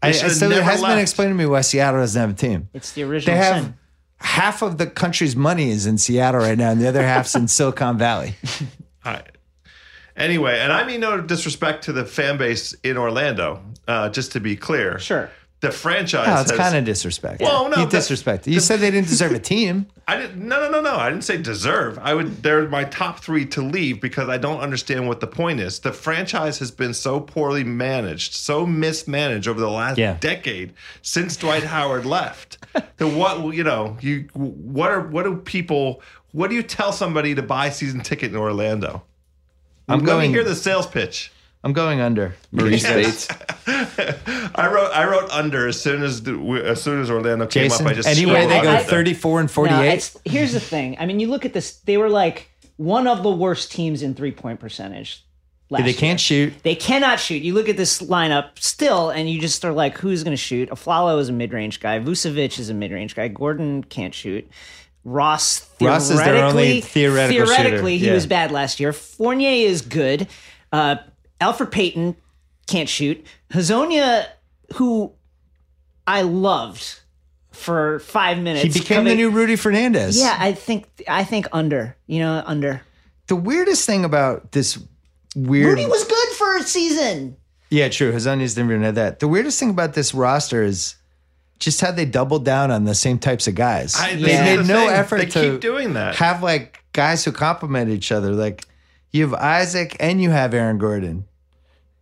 I, I, should've so it never has been left. explained to me why Seattle doesn't have a team. it's the original. They have sin. half of the country's money is in Seattle right now, and the other half's in Silicon Valley. I, anyway, and I mean no disrespect to the fan base in Orlando. Uh, just to be clear, Sure. The franchise. Oh, it's has- kind of disrespect. Well, no, you the- disrespect. You said they didn't deserve a team. I didn't. No, no, no, no. I didn't say deserve. I would. They're my top three to leave because I don't understand what the point is. The franchise has been so poorly managed, so mismanaged over the last Yeah. decade since Dwight Howard left. the what you know you what are what do people what do you tell somebody to buy a season ticket in Orlando? I'm Let going. me hear the sales pitch. I'm going under. Maurice Bates. I wrote I wrote under as soon as the, as soon as Orlando came Jason, up. I just anyway, scrolled they go under. 34 and No, 48. it's, here's the thing. I mean, you look at this. They were like one of the worst teams in three point percentage. Last they year. can't shoot. They cannot shoot. You look at this lineup still, and you just are like, who's going to shoot? Aflalo is a mid range guy. Vucevic is a mid range guy. Gordon can't shoot. Ross Ross theoretically, is their only theoretical shooter. theoretically he Yeah. was bad last year. Fournier is good. Uh, Alfred Payton can't shoot. Hazonia, who I loved for five minutes, He became the coming- new Rudy Fernandez. Yeah, I think I think under. You know, under. The weirdest thing about this weird. Rudy was good for a season. Yeah, true. Hazania's never even had that. The weirdest thing about this roster is just how they doubled down on the same types of guys. I- they this is made the no thing. effort They to keep doing that. Have like guys who complement each other. Like you have Isaac and you have Aaron Gordon,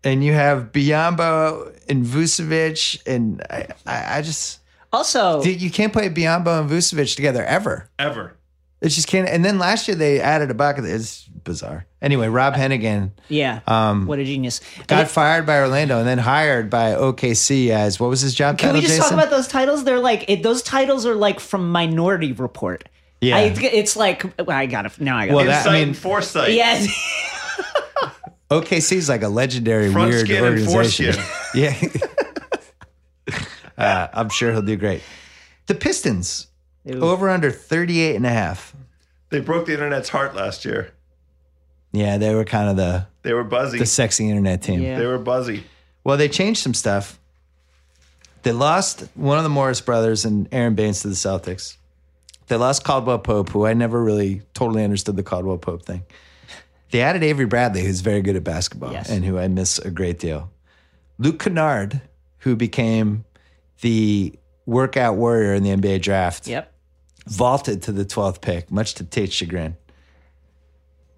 and you have Biombo and Vucevic, and I, I, I just Also, dude, you can't play Biombo and Vucevic together ever. ever. It just can't. And then last year they added a bucket. It's bizarre. Anyway, Rob Hennigan yeah. Um, what a genius. got fired by Orlando and then hired by OKC as what was his job Can title? we just Jason? talk about those titles? They're like it, those titles are like from Minority Report. Yeah. I, it's like well, I got to now. I got Well, well, Oh, that- Insight I mean- and foresight. yes. OKC is like a legendary Front weird skin and organization. foreskin. yeah, Uh, I'm sure he'll do great. The Pistons over under 38 and a half. They broke the internet's heart last year. Yeah, they were kind of the They were buzzy. the sexy internet team. Yeah. They were buzzy. Well, they changed some stuff. They lost one of the Morris brothers and Aaron Baines to the Celtics. They lost Caldwell Pope, who I never really totally understood the Caldwell Pope thing. They added Avery Bradley, who's very good at basketball Yes. and who I miss a great deal. Luke Kennard, who became the workout warrior in the NBA draft, yep. vaulted to the 12th pick, much to Tate's chagrin.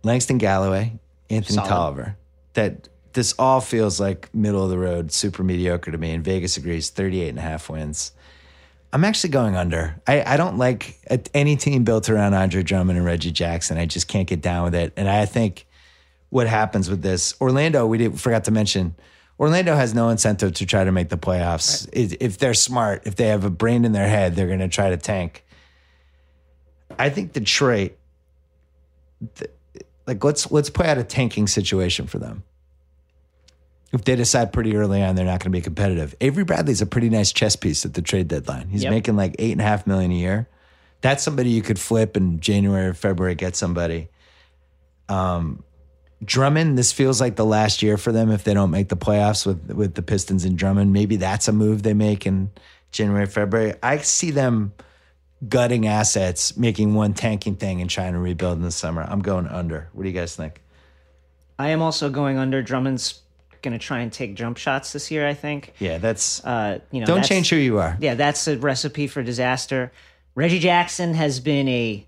Langston Galloway, Anthony Solid. Tolliver. That this all feels like middle of the road, super mediocre to me. And Vegas agrees 38 and a half wins. I'm actually going under. I, I don't like a, any team built around Andre Drummond and Reggie Jackson. I just can't get down with it. And I think what happens with this. Orlando, we did, forgot to mention. Orlando has no incentive to try to make the playoffs. If- If they're smart, if they have a brain in their head, they're going to try to tank. I think Detroit, th- like let's let's play out a tanking situation for them. If they decide pretty early on they're not going to be competitive, Avery Bradley's a pretty nice chess piece at the trade deadline. He's Yep. making like eight and a half million a year. That's somebody you could flip in January or February get somebody. Um, Drummond, this feels like the last year for them if they don't make the playoffs with with the Pistons and Drummond. Maybe that's a move they make in January, February. I see them gutting assets, making one tanking thing and trying to rebuild in the summer. I'm going under. What do you guys think? I am also going under. Drummond's going to try and take jump shots this year. I think. Yeah, that's Uh, you know, don't that's- change who you are. Yeah, that's a recipe for disaster. Reggie Jackson has been a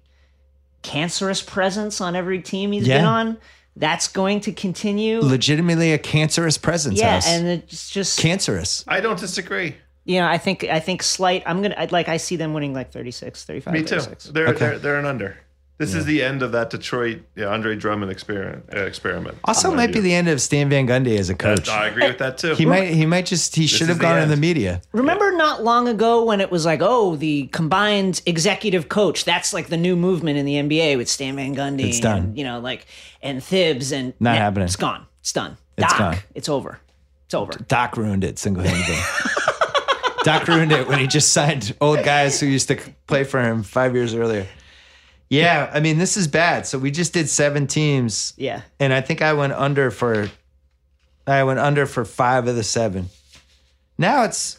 cancerous presence on every team he's been Yeah. on. That's going to continue. Legitimately a cancerous presence. yeah, house. and it's just cancerous. I don't disagree. you know, I think I think slight. I'm gonna I'd like I see them winning like 36, 35, Me too. 36. They're they're they're an under. This is the end of that Detroit yeah, Andre Drummond experiment. Uh, experiment. Also, might be the end of Stan Van Gundy as a coach. I agree with that too. He might. He might just. He should is have the gone in end. the media. Remember not long ago when it was like, oh, the combined executive coach. That's like the new movement in the NBA with Stan Van Gundy. It's done. And, you know, like and Thibs and Not Nah, happening. It's gone. It's done. It's Doc, gone. It's over. It's over. Doc ruined it single handedly. Doc ruined it when he just signed old guys who used to play for him five years earlier. Yeah, I mean this is bad. So we just did seven teams, Yeah. and I think I went under for. I went under for five of the seven. Now it's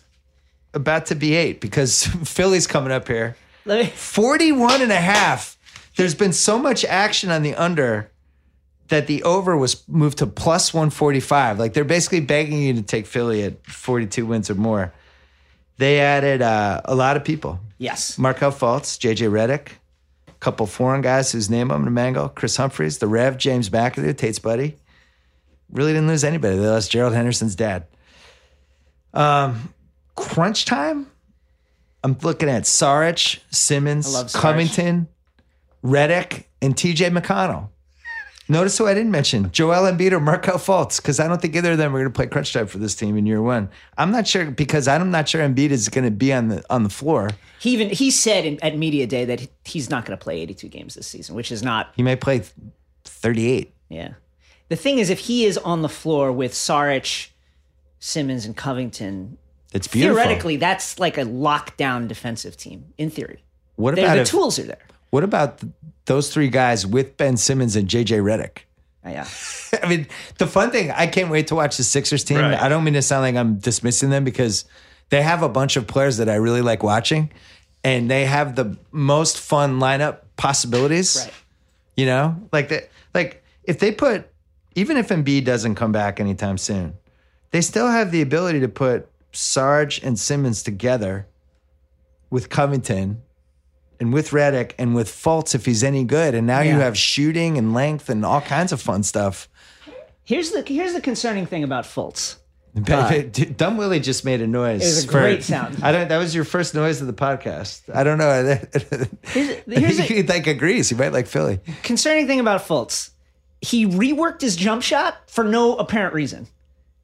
about to be eight because Philly's coming up here. Let me, 41 and a half. There's been so much action on the under that the over was moved to plus 145. Like they're basically begging you to take Philly at 42 wins or more. They added uh, a lot of people. yes. Markel Fultz, JJ Redick, a couple foreign guys whose name I'm going to mangle, Chris Humphreys, the Rev, James McAdoo, Tate's buddy. Really didn't lose anybody. They lost Gerald Henderson's dad. Um, crunch time. I'm looking at Saric, Simmons, I love Saric. Covington, Redick, and TJ McConnell. Notice who I didn't mention: Joel Embiid or Markel Fultz, because I don't think either of them are going to play crunch time for this team in year one. I'm not sure because I'm not sure Embiid is going to be on the on the floor. He even he said in, at media day that he- he's not going to play 82 games this season, which is not He may play 38. Yeah. The thing is, if he is on the floor with Saric, Simmons, and Covington, It's beautiful. theoretically, that's like a lockdown defensive team. In theory, what They're- about the if, tools are there. what about th- those three guys with Ben Simmons and JJ Redick? Oh, yeah. I mean, the fun thing, I can't wait to watch the Sixers team. Right. I don't mean to sound like I'm dismissing them because they have a bunch of players that I really like watching and they have the most fun lineup possibilities. Right. You know, like that, like if they put, even if Embiid doesn't come back anytime soon, they still have the ability to put Sarge and Simmons together with Covington and with Reddick and with Fultz if he's any good. And now you Yeah. have shooting and length and all kinds of fun stuff. Here's the here's the concerning thing about Fultz. Dumb Willie just made a noise. It was a great sound. I don't. That was your first noise of the podcast. I don't know. Here's, here's he a like agrees. He might like Philly. concerning thing about Fultz. He reworked his jump shot for no apparent reason.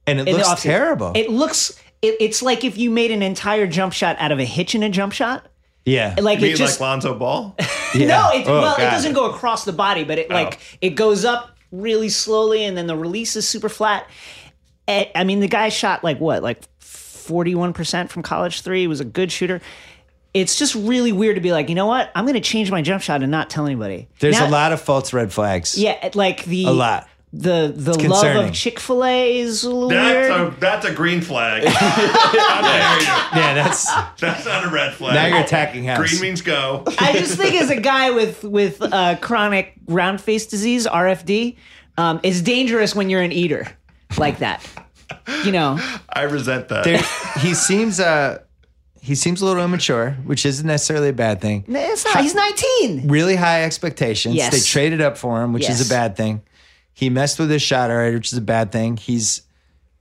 And it in the looks offseason. terrible. It looks it, it's like if you made an entire jump shot out of a hitch in a jump shot. yeah. Like You it mean just like Lonzo Ball? No, it, Oh, well, God. Oh. it doesn't go across the body, but it like it goes up really slowly, and then the release is super flat. Eh, I mean, the guy shot like what, like forty-one percent from college three. He was a good shooter. It's just really weird to be like, you know what? I'm going to change my jump shot and not tell anybody. There's Now- a lot of false red flags. Yeah, it- like the A lot. The the love concerning. of Chick Fil A is a little That's weird. a that's a green flag. How dare you? Yeah. That's That's not a red flag. now you're attacking house. Green means go. I just think as a guy with with uh, chronic round face disease (RFD), um, it's dangerous when you're an eater like that. You know, I resent that. There- he seems uh he seems a little immature, which isn't necessarily a bad thing. it's not. He's 19. really high expectations. Yes. They traded up for him, which is Yes. a bad thing. He messed with his shot already, which is a bad thing. He's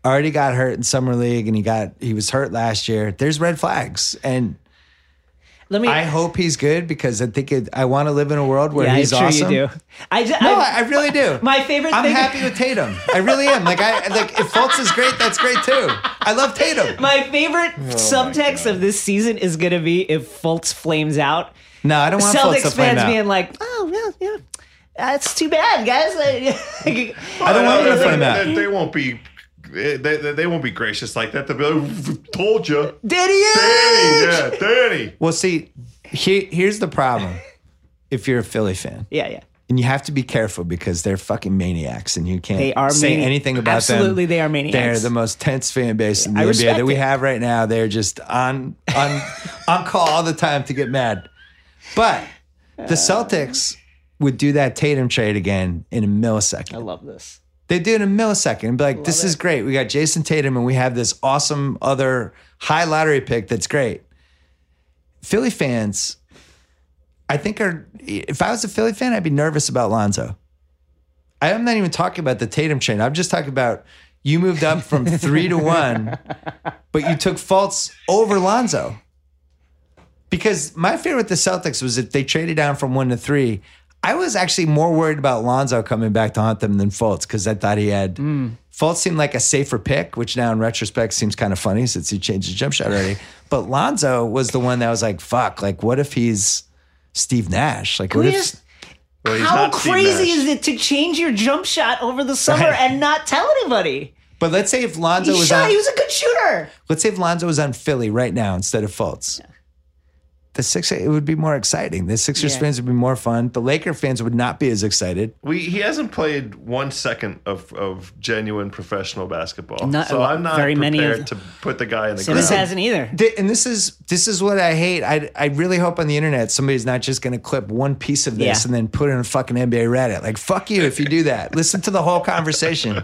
already got hurt in summer league, and he got he was hurt last year. There's red flags, and Let me. I hope he's good because I think it, I want to live in a world where yeah, he's I'm sure awesome. you do. I, ju- No, I, I, I really do. my favorite I'm thing. happy with Tatum. I really am. Like I like if Fultz is great, that's great too. I love Tatum. Oh My favorite subtext of this season is going to be if Fultz flames out. No, I don't want Fultz to Celtics flame fans out. being like, "Oh, yeah, yeah, that's too bad, guys." I don't want him to They- flame out. They, they won't be. They, they, they won't be gracious like that. They'll be like, "Told you, Did he? Danny, yeah, Danny." Well, see, he, here's the problem. If you're a Philly fan, Yeah, yeah. And you have to be careful because they're fucking maniacs, and you can't They are say mani- anything about them. Absolutely, they are They're maniacs. the most tense fan base in the I NBA that respect we it. have right now. They're just on on on call all the time to get mad. But Uh. the Celtics would do that Tatum trade again in a millisecond. I love this. They do it in a millisecond and be like, this is great. We got Jason Tatum and we have this awesome other high lottery pick that's great. Philly fans, I think are if I was a Philly fan, I'd be nervous about Lonzo. I'm not even talking about the Tatum trade. I'm just talking about you moved up from three to one, but you took faults over Lonzo. Because my fear with the Celtics was if they traded down from one to three, I was actually more worried about Lonzo coming back to haunt them than Fultz because I thought he had. Mm. Fultz seemed like a safer pick, which now in retrospect seems kind of funny since he changed his jump shot already. but Lonzo was the one that was like, fuck, like, what if he's Steve Nash? Like, what we if. just- Well, he's How not Steve crazy Nash. is it to change your jump shot over the summer Right. and not tell anybody? But let's say if Lonzo He was shot. on, He was a good shooter. let's say if Lonzo was on Philly right now instead of Fultz. The six it would be more exciting. The Sixers Yeah. fans would be more fun. The Laker fans would not be as excited. We he hasn't played one second of, of genuine professional basketball. Not- so I'm not very prepared many of- to put the guy in the Simmons ground. hasn't either. Th- and this is this is what I hate. I I really hope on the internet somebody's not just going to clip one piece of this Yeah. and then put it in a fucking NBA Reddit. Like fuck you if you do that. Listen to the whole conversation.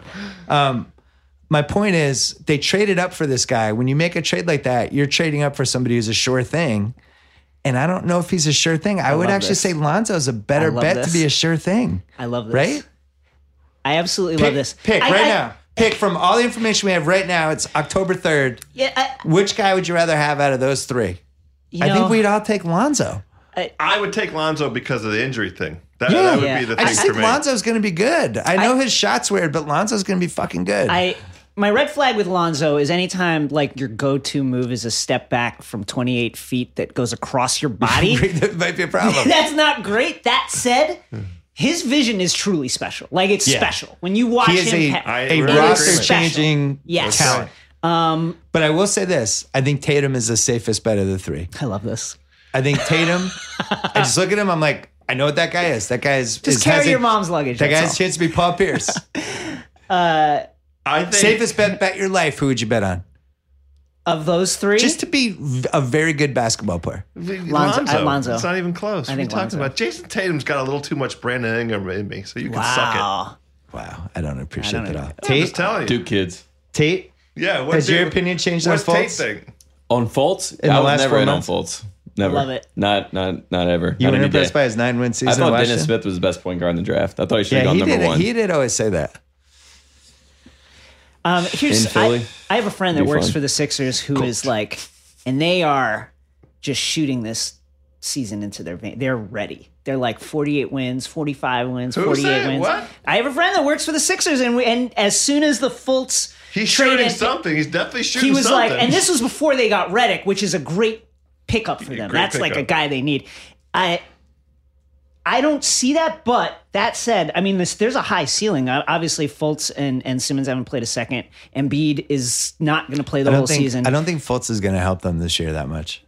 Um, my point is they traded up for this guy. When you make a trade like that, you're trading up for somebody who's a sure thing. And I don't know if he's a sure thing. I, would love actually this. say Lonzo's a better love bet to this. be a sure thing, I love this. right? I absolutely Pick, love this. pick I- right I- now. Pick from all the information we have right now. It's October third. Yeah, I, Which guy would you rather have out of those three? you I know, think we'd all take Lonzo. I would take Lonzo because of the injury thing. That, Yeah. that would Yeah. be the I thing just for think me. Lonzo's going to be good. I know his shot's weird, but Lonzo's going to be fucking good. I my red flag with Lonzo is anytime like your go-to move is a step back from 28 feet that goes across your body. that might be a problem. That's not great. That said, his vision is truly special. Like it's Yeah. special when you watch he is him. a, pa- I- a really agree roster with changing you. Yes. Um, talent. but I will say this: I think Tatum is the safest bet of the three. I love this. I think Tatum. I just look at him. I'm like, I know what that guy is. That guy is Just is- carry has a- your mom's luggage. That guy that's has a chance to be Paul Pierce. I think safest bet bet your life. Who would you bet on? all. of those three. Just to be v- a very good basketball player. Lonzo. I- Lonzo. It's not even close. What are you think talking Lonzo. about? Jason Tatum's got a little too much Brandon Ingram in me, so you can suck wow. Wow, I don't appreciate that at all. it. I'm Tate, just telling you. Duke kids. Tate, Yeah. What has Duke- your opinion changed on What's Tate Fultz? think? On faults, I the was last never four in on months? faults. Never. Love it. Not not not ever. You not were any impressed day. by his nine-win season. I in thought Washington? Dennis Smith was the best point guard in the draft. I thought he should Yeah, have he gone number did. one. He did always say that. Um, here's In Philly? I, I have a friend that Be works fun. for the Sixers who is like, and they are just shooting this season into their vein. They're ready. They're like 48 wins, 45 wins, Who's 48 that? wins. What? I have a friend that works for the Sixers, and we, and as soon as the Fultz He's trade shooting ended, something. He's definitely shooting he was something. like, and this was before they got Reddick, which is a great pickup for them. great That's like a pickup. guy they need. I I don't see that, but that said, I mean, this, there's a high ceiling. O- Obviously, Fultz and, and Simmons haven't played a second. Embiid is not going to play the I whole don't think season. I don't think Fultz is going to help them this year that much.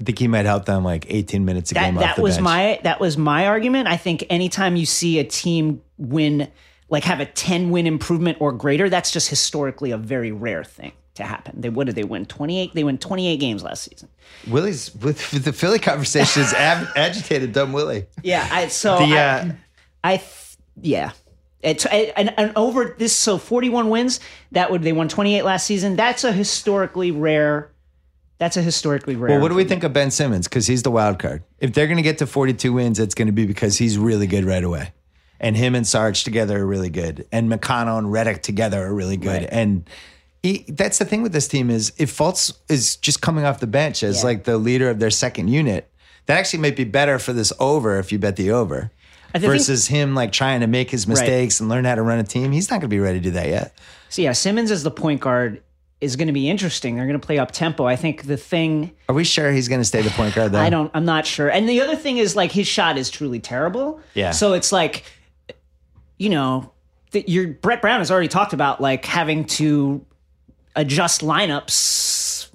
I think he might help them like 18 minutes a that game. off that the was bench. my that was my argument. I think anytime you see a team win, like have a ten win improvement or greater, that's just historically a very rare thing to happen. They what did they win twenty eight? They won twenty eight games last season. Willie's with, with the Philly conversation is ab- agitated. Dumb Willie. Yeah, I, so The, I- uh, I th- yeah. It's I- and, and over this so 41 wins that would they won 28 last season. That's a historically rare. That's a historically rare. well, what do we think of Ben Simmons? Because he's the wild card. If they're going to get to 42 wins, it's going to be because he's really good right away. And him and Sarge together are really good. And McConnell and Reddick together are really good. And he, that's the thing with this team is if Fultz is just coming off the bench as Yeah. like the leader of their second unit, that actually might be better for this over if you bet the over. I think- versus him like trying to make his mistakes and learn how to run a team. He's not going to be ready to do that yet. So yeah, Simmons as the point guard is going to be interesting. They're going to play up tempo. I think the thing Are we sure he's going to stay the point guard though? I don't I'm not sure. And the other thing is like his shot is truly terrible. Yeah. So it's like you know, that your Brett Brown has already talked about like having to adjust lineups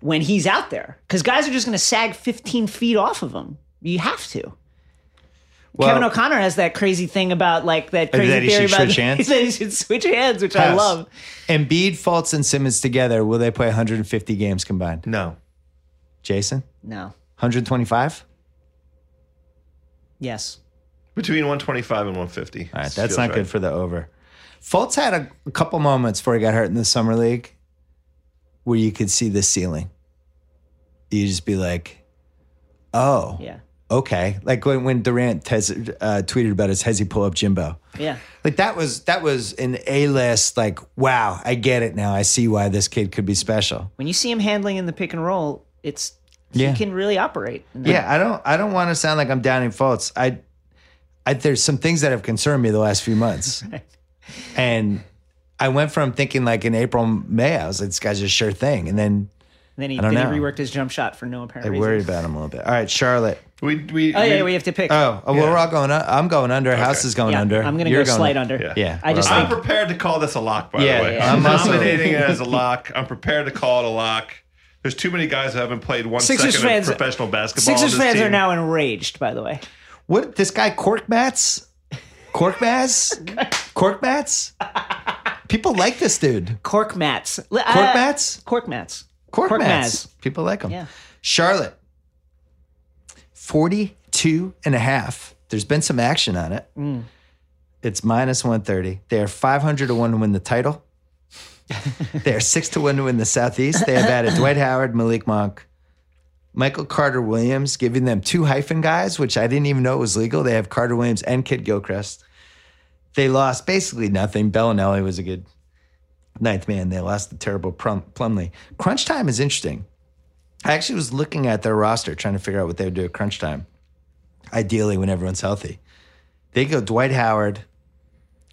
when he's out there cuz guys are just going to sag 15 feet off of him. You have to. Kevin O'Connor has that crazy thing about like that crazy that he theory should about switch hands? that he should switch hands, which I Pass. love. Embiid, Fultz, and Simmons together, will they play 150 games combined? No. Jason, No. 125? Yes. Between 125 and 150. All right, that's not good for the over. Fultz had a, a couple moments before he got hurt in the summer league where you could see the ceiling. You just be like, oh, Yeah. okay. Like when, when Durant tes- uh, tweeted about his Hezzy pull up Jimbo. Yeah. Like that was that was an A list. Like wow, I get it now. I see why this kid could be special. When you see him handling in the pick and roll, it's Yeah. he can really operate. in that. Yeah, I don't I don't want to sound like I'm downing faults. I, I there's some things that have concerned me the last few months, and I went from thinking like in April May I was like this guy's a sure thing, and then And then he, I don't then he know. reworked his jump shot for no apparent I reason. worried about him a little bit. All right, Charlotte. We, we, Oh yeah, we have to pick. Oh, well, we're all going. u- I'm going under. House Okay. is going yeah, under. I'm gonna You're go slide under. Yeah. Yeah, I just we're all I'm think prepared to call this a lock, by Yeah, the way. yeah. I'm I'm also- nominating it as a lock. I'm prepared to call it a lock. There's too many guys who haven't played one second Sixers fans- of professional basketball. on Sixers this fans team. are now enraged, by the way. What this guy Corkmats? Corkmats? Corkmats? People like this dude. Cork mats. Cork Corkmats? Cork mats. Corkmats. Corkmats. People like him. Yeah. Charlotte. 42 and a half. There's been some action on it. Mm. It's minus 130. They are 500 to 1 to win the title. they are 6 to 1 to win the Southeast. They have added Dwight Howard, Malik Monk, Michael Carter Williams, giving them two hyphen guys, which I didn't even know was legal. They have Carter Williams and Kid Gilchrist. They lost basically nothing. Bellinelli was a good ninth man. They lost the terrible Plum- Plumley. Crunch time is interesting. I actually was looking at their roster, trying to figure out what they would do at crunch time. Ideally, when everyone's healthy, they go Dwight Howard,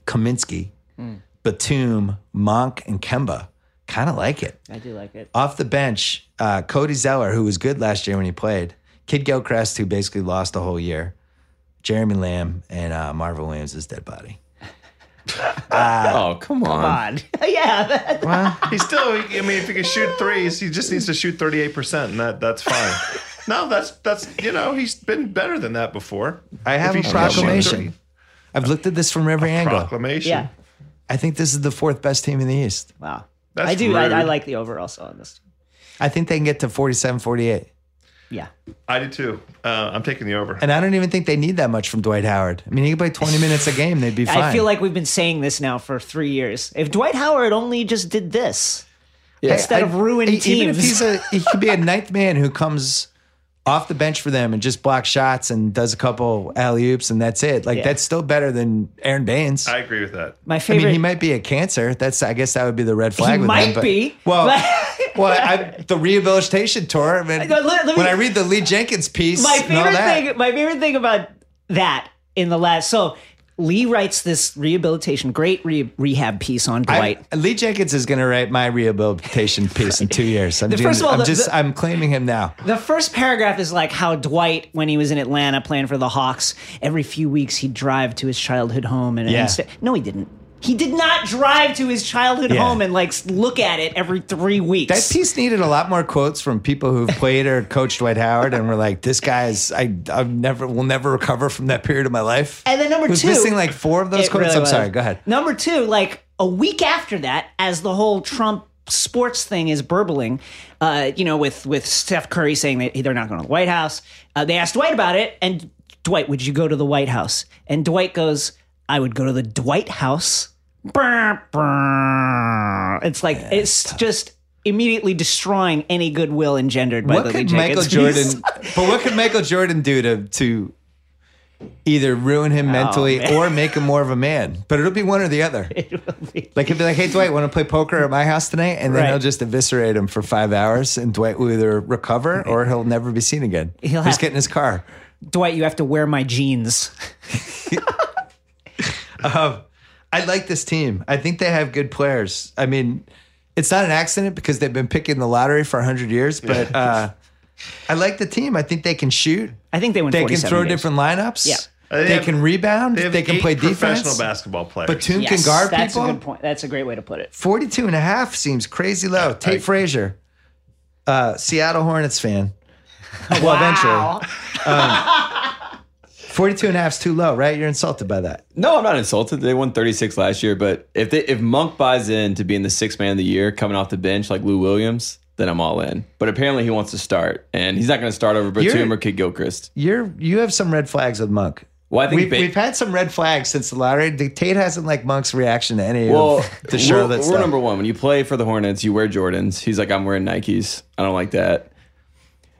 Kaminsky, Batum, Monk, and Kemba. Kind of like it I do like it. off the bench. Uh, Cody Zeller, who was good last year when he played, Kid Gilchrist, who basically lost the whole year, Jeremy Lamb, and uh, Marvin Williams' dead body. oh, come on. Odd. yeah. that- He's still. I mean, if he can shoot threes, he just needs to shoot thirty eight percent, and that that's fine. no, that's that's you know he's been better than that before. I have If a he shoots proclamation. thirty- I've looked at this from every angle. Proclamation. yeah. I think this is the fourth best team in the East. Wow. That's I do. I, I rude. like the over also on this. I think they can get to 47, 48. Yeah. I do too. Uh, I'm taking the over. And I don't even think they need that much from Dwight Howard. I mean, he could play 20 minutes a game, they'd be fine. I feel like we've been saying this now for three years. If Dwight Howard only just did this, instead of ruining Even if teams. he's a, he could be a ninth man who comes off the bench for them and just blocks shots and does a couple alley oops and that's it. Like Yeah. that's still better than Aaron Baines. I I, agree with that. my mean, favorite. he might be a cancer. That's I guess that would be the red flag. with might him, but- be. Well, well, I, the rehabilitation tour. I mean, No, let- let me- when I read the Lee Jenkins piece, my and all favorite that, thing. My favorite thing about that in the last. So Lee writes this rehabilitation, great re- rehab piece on I- Dwight. Lee Jenkins is going to write my rehabilitation piece in two years. I'm, doing, first of all, I'm the- just the- I'm claiming him now. The first paragraph is like how Dwight, when he was in Atlanta playing for the Hawks, every few weeks he'd drive to his childhood home and, and Yeah. sta- no, he didn't. He did not drive to his childhood Yeah. home and like s- look at it every three weeks. That piece needed a lot more quotes from people who've played or coached Dwight Howard, and were like, "This guy's I I've never will never recover from that period of my life." And then number was two- missing like four of those It quotes. really I'm was. sorry. Go ahead. Number two, like a week after that, as the whole Trump sports thing is burbling, uh, you know, with with Steph Curry saying that they're not going to the White House, uh, they asked Dwight about it, and Dwight, would you go to the White House? And Dwight goes, I would go to the Dwight House. Brr, brr. It's like it's just immediately destroying any goodwill engendered by What the Lee could Michael Jenkins piece. Jordan? but what could Michael Jordan do to to either ruin him mentally Oh, man. or make him more of a man? But it'll be one or the other. Like he'd be like, "Hey Dwight, want to play poker at my house tonight?" And then Right. he'll just eviscerate him for five hours, and Dwight will either recover or he'll never be seen again. He'll just have- get in his car. Dwight, you have to wear my jeans. Oh. Um, I like this team. I think they have good players. I mean, it's not an accident because they've been picking the lottery for 100 years, but uh, I like the team. I think they can shoot. I think they win. They can 47 throw games. different lineups. Yeah. Uh, They They, have- can rebound. They, They, have can eight play professional defense. basketball players. Batum can guard that's people. a good point. That's a great way to put it. 42 and a half seems crazy low. Tate Frazier, uh, Seattle Hornets fan. well, eventually. 42 and a half is too low, right? You're insulted by that. No, I'm not insulted. They won 36 last year, but if they, if Monk buys in to being the sixth man of the year coming off the bench like Lou Williams, then I'm all in. But apparently he wants to start, and he's not going to start over Batum You're- or Kid Gilchrist. You're you have some red flags with Monk. Well, I think We've, Ba- we've had some red flags since the lottery. The- Tate hasn't like Monk's reaction to any well, of the show we're, that we're stuff. number one. When you play for the Hornets, you wear Jordans. He's like, I'm wearing Nikes. I don't like that.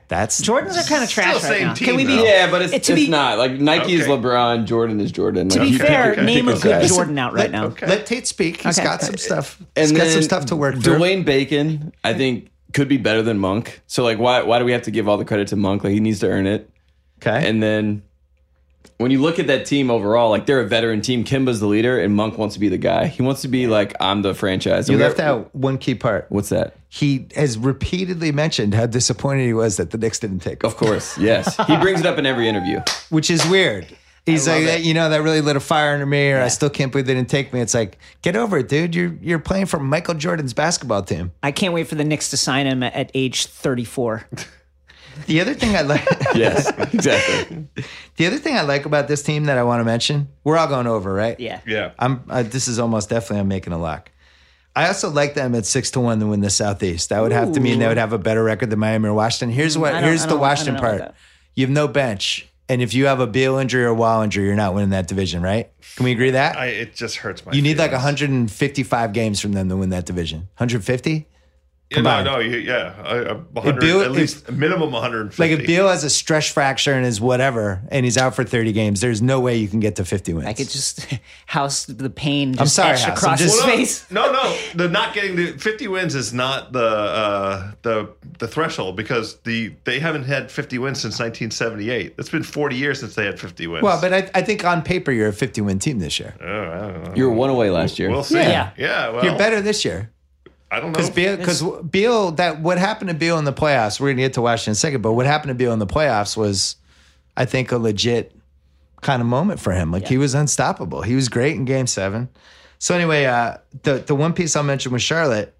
That's Jordans are kind of Still trash right same now. team, Can we be? though. Yeah, but it's, It- it's Eh, to be- not like Nike is Okay. LeBron, Jordan is Jordan. To Like, be you pick fair, your- pick name your a good size. Jordan out right let, now. Let Tate speak. He's Okay. got some stuff. Uh, and He's got then some stuff to work through. Dwayne Bacon, I think, could be better than Monk. So like, why why do we have to give all the credit to Monk? Like he needs to earn it. okay. And then when you look at that team overall, like they're a veteran team. Kimba's the leader, and Monk wants to be the guy. He wants to be like I'm the franchise. you And we left are- out one key part. What's that? He has repeatedly mentioned how disappointed he was that the Knicks didn't take, him, Of course, yes. He brings it up in every interview. which is weird. He's love like, it. you know, that really lit a fire under me, or I still can't believe they didn't take me. It's like, get over it, dude. You're you're playing for Michael Jordan's basketball team. I can't wait for the Knicks to sign him at, at age 34. The other thing I like. Yes, exactly. The other thing I like about this team that I want to mention, we're all going over, right? Yeah. Yeah. I'm. Uh, this is almost definitely I'm making a lock. I also like them at six to one to win the Southeast. That would have to mean they would have a better record than Miami or Washington. Here's Mm, I what. don't- Here's I the don't- I don't Washington know about part. that. You have no bench, and if you have a Beal injury or Wall injury, you're not winning that division, right? Can we agree with that? I, it just hurts my. you need like feelings. 155 games from them to win that division. 150. Yeah, no, combined. no, you, yeah, a- a hundred- Beal- at least minimum 150. Like if Beal has a stress fracture and is whatever, and he's out for 30 games, there's no way you can get to 50 wins. I could just house the pain just sorry, etched House. I'm across just- his Well, no, face. No, no, the not getting the 50 wins is not the uh, the the threshold because the they haven't had 50 wins since 1978. It's been 40 years since they had 50 wins. Well, but I, I think on paper you're a 50 win team this year. You were one away last year. we'll see. Yeah. Yeah, well, You're better this year I don't know. because Beal, because Beal, that what happened to Beal in the playoffs. We're gonna get to Washington in a second, but what happened to Beal in the playoffs was, I think, a legit kind of moment for him. Like he was unstoppable. He was great in Game Seven. So anyway, uh, the the one piece I'll mention with Charlotte,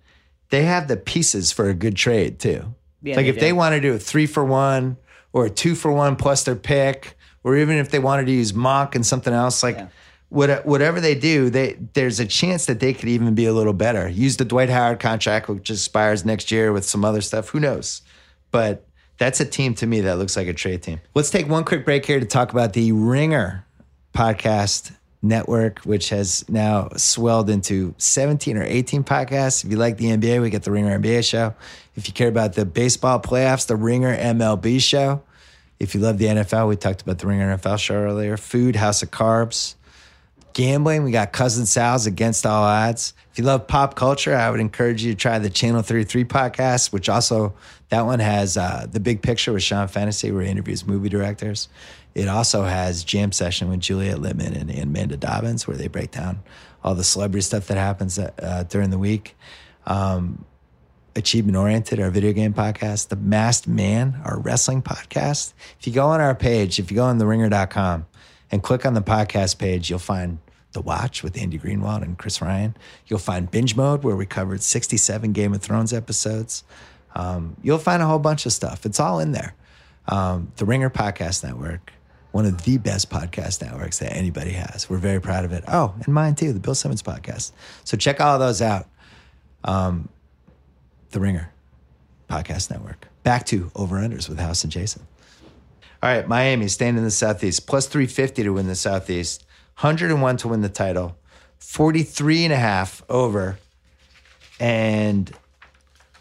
they have the pieces for a good trade too. Yeah, like they if they do. want to do a three for one or a two for one plus their pick, or even if they wanted to use Monk and something else, like what, whatever they do, they there's a chance that they could even be a little better. Use the Dwight Howard contract, which expires next year with some other stuff. Who knows? But that's a team to me that looks like a trade team. Let's take one quick break here to talk about the Ringer podcast network, which has now swelled into 17 or 18 podcasts. If you like the NBA, we get the Ringer NBA show. If you care about the baseball playoffs, the Ringer MLB show. If you love the NFL, we talked about the Ringer NFL show earlier. Food, House of Carbs, gambling. We got Cousin Sal's Against All Odds. If you love pop culture, I would encourage you to try the Channel 33 podcast, which also that one has uh, the big picture with Sean Fantasy, where he interviews movie directors. It also has Jam Session with Juliet Littman and, and Amanda Dobbins, where they break down all the celebrity stuff that happens uh, during the week. Achievement Oriented, our video game podcast, The Masked Man, our wrestling podcast. If you go on our page, if you go on theringer.com and click on the podcast page, you'll find The Watch with Andy Greenwald and Chris Ryan. You'll find Binge Mode, where we covered 67 Game of Thrones episodes. Um, you'll find a whole bunch of stuff. It's all in there. Um, the Ringer Podcast Network, one of the best podcast networks that anybody has. We're very proud of it. Oh, and mine too, the Bill Simmons Podcast. So check all of those out. The Ringer Podcast Network. Back to over unders with House and Jason. All right, Miami staying in the Southeast, plus 350 to win the Southeast, 101 to win the title, 43 and a half over. And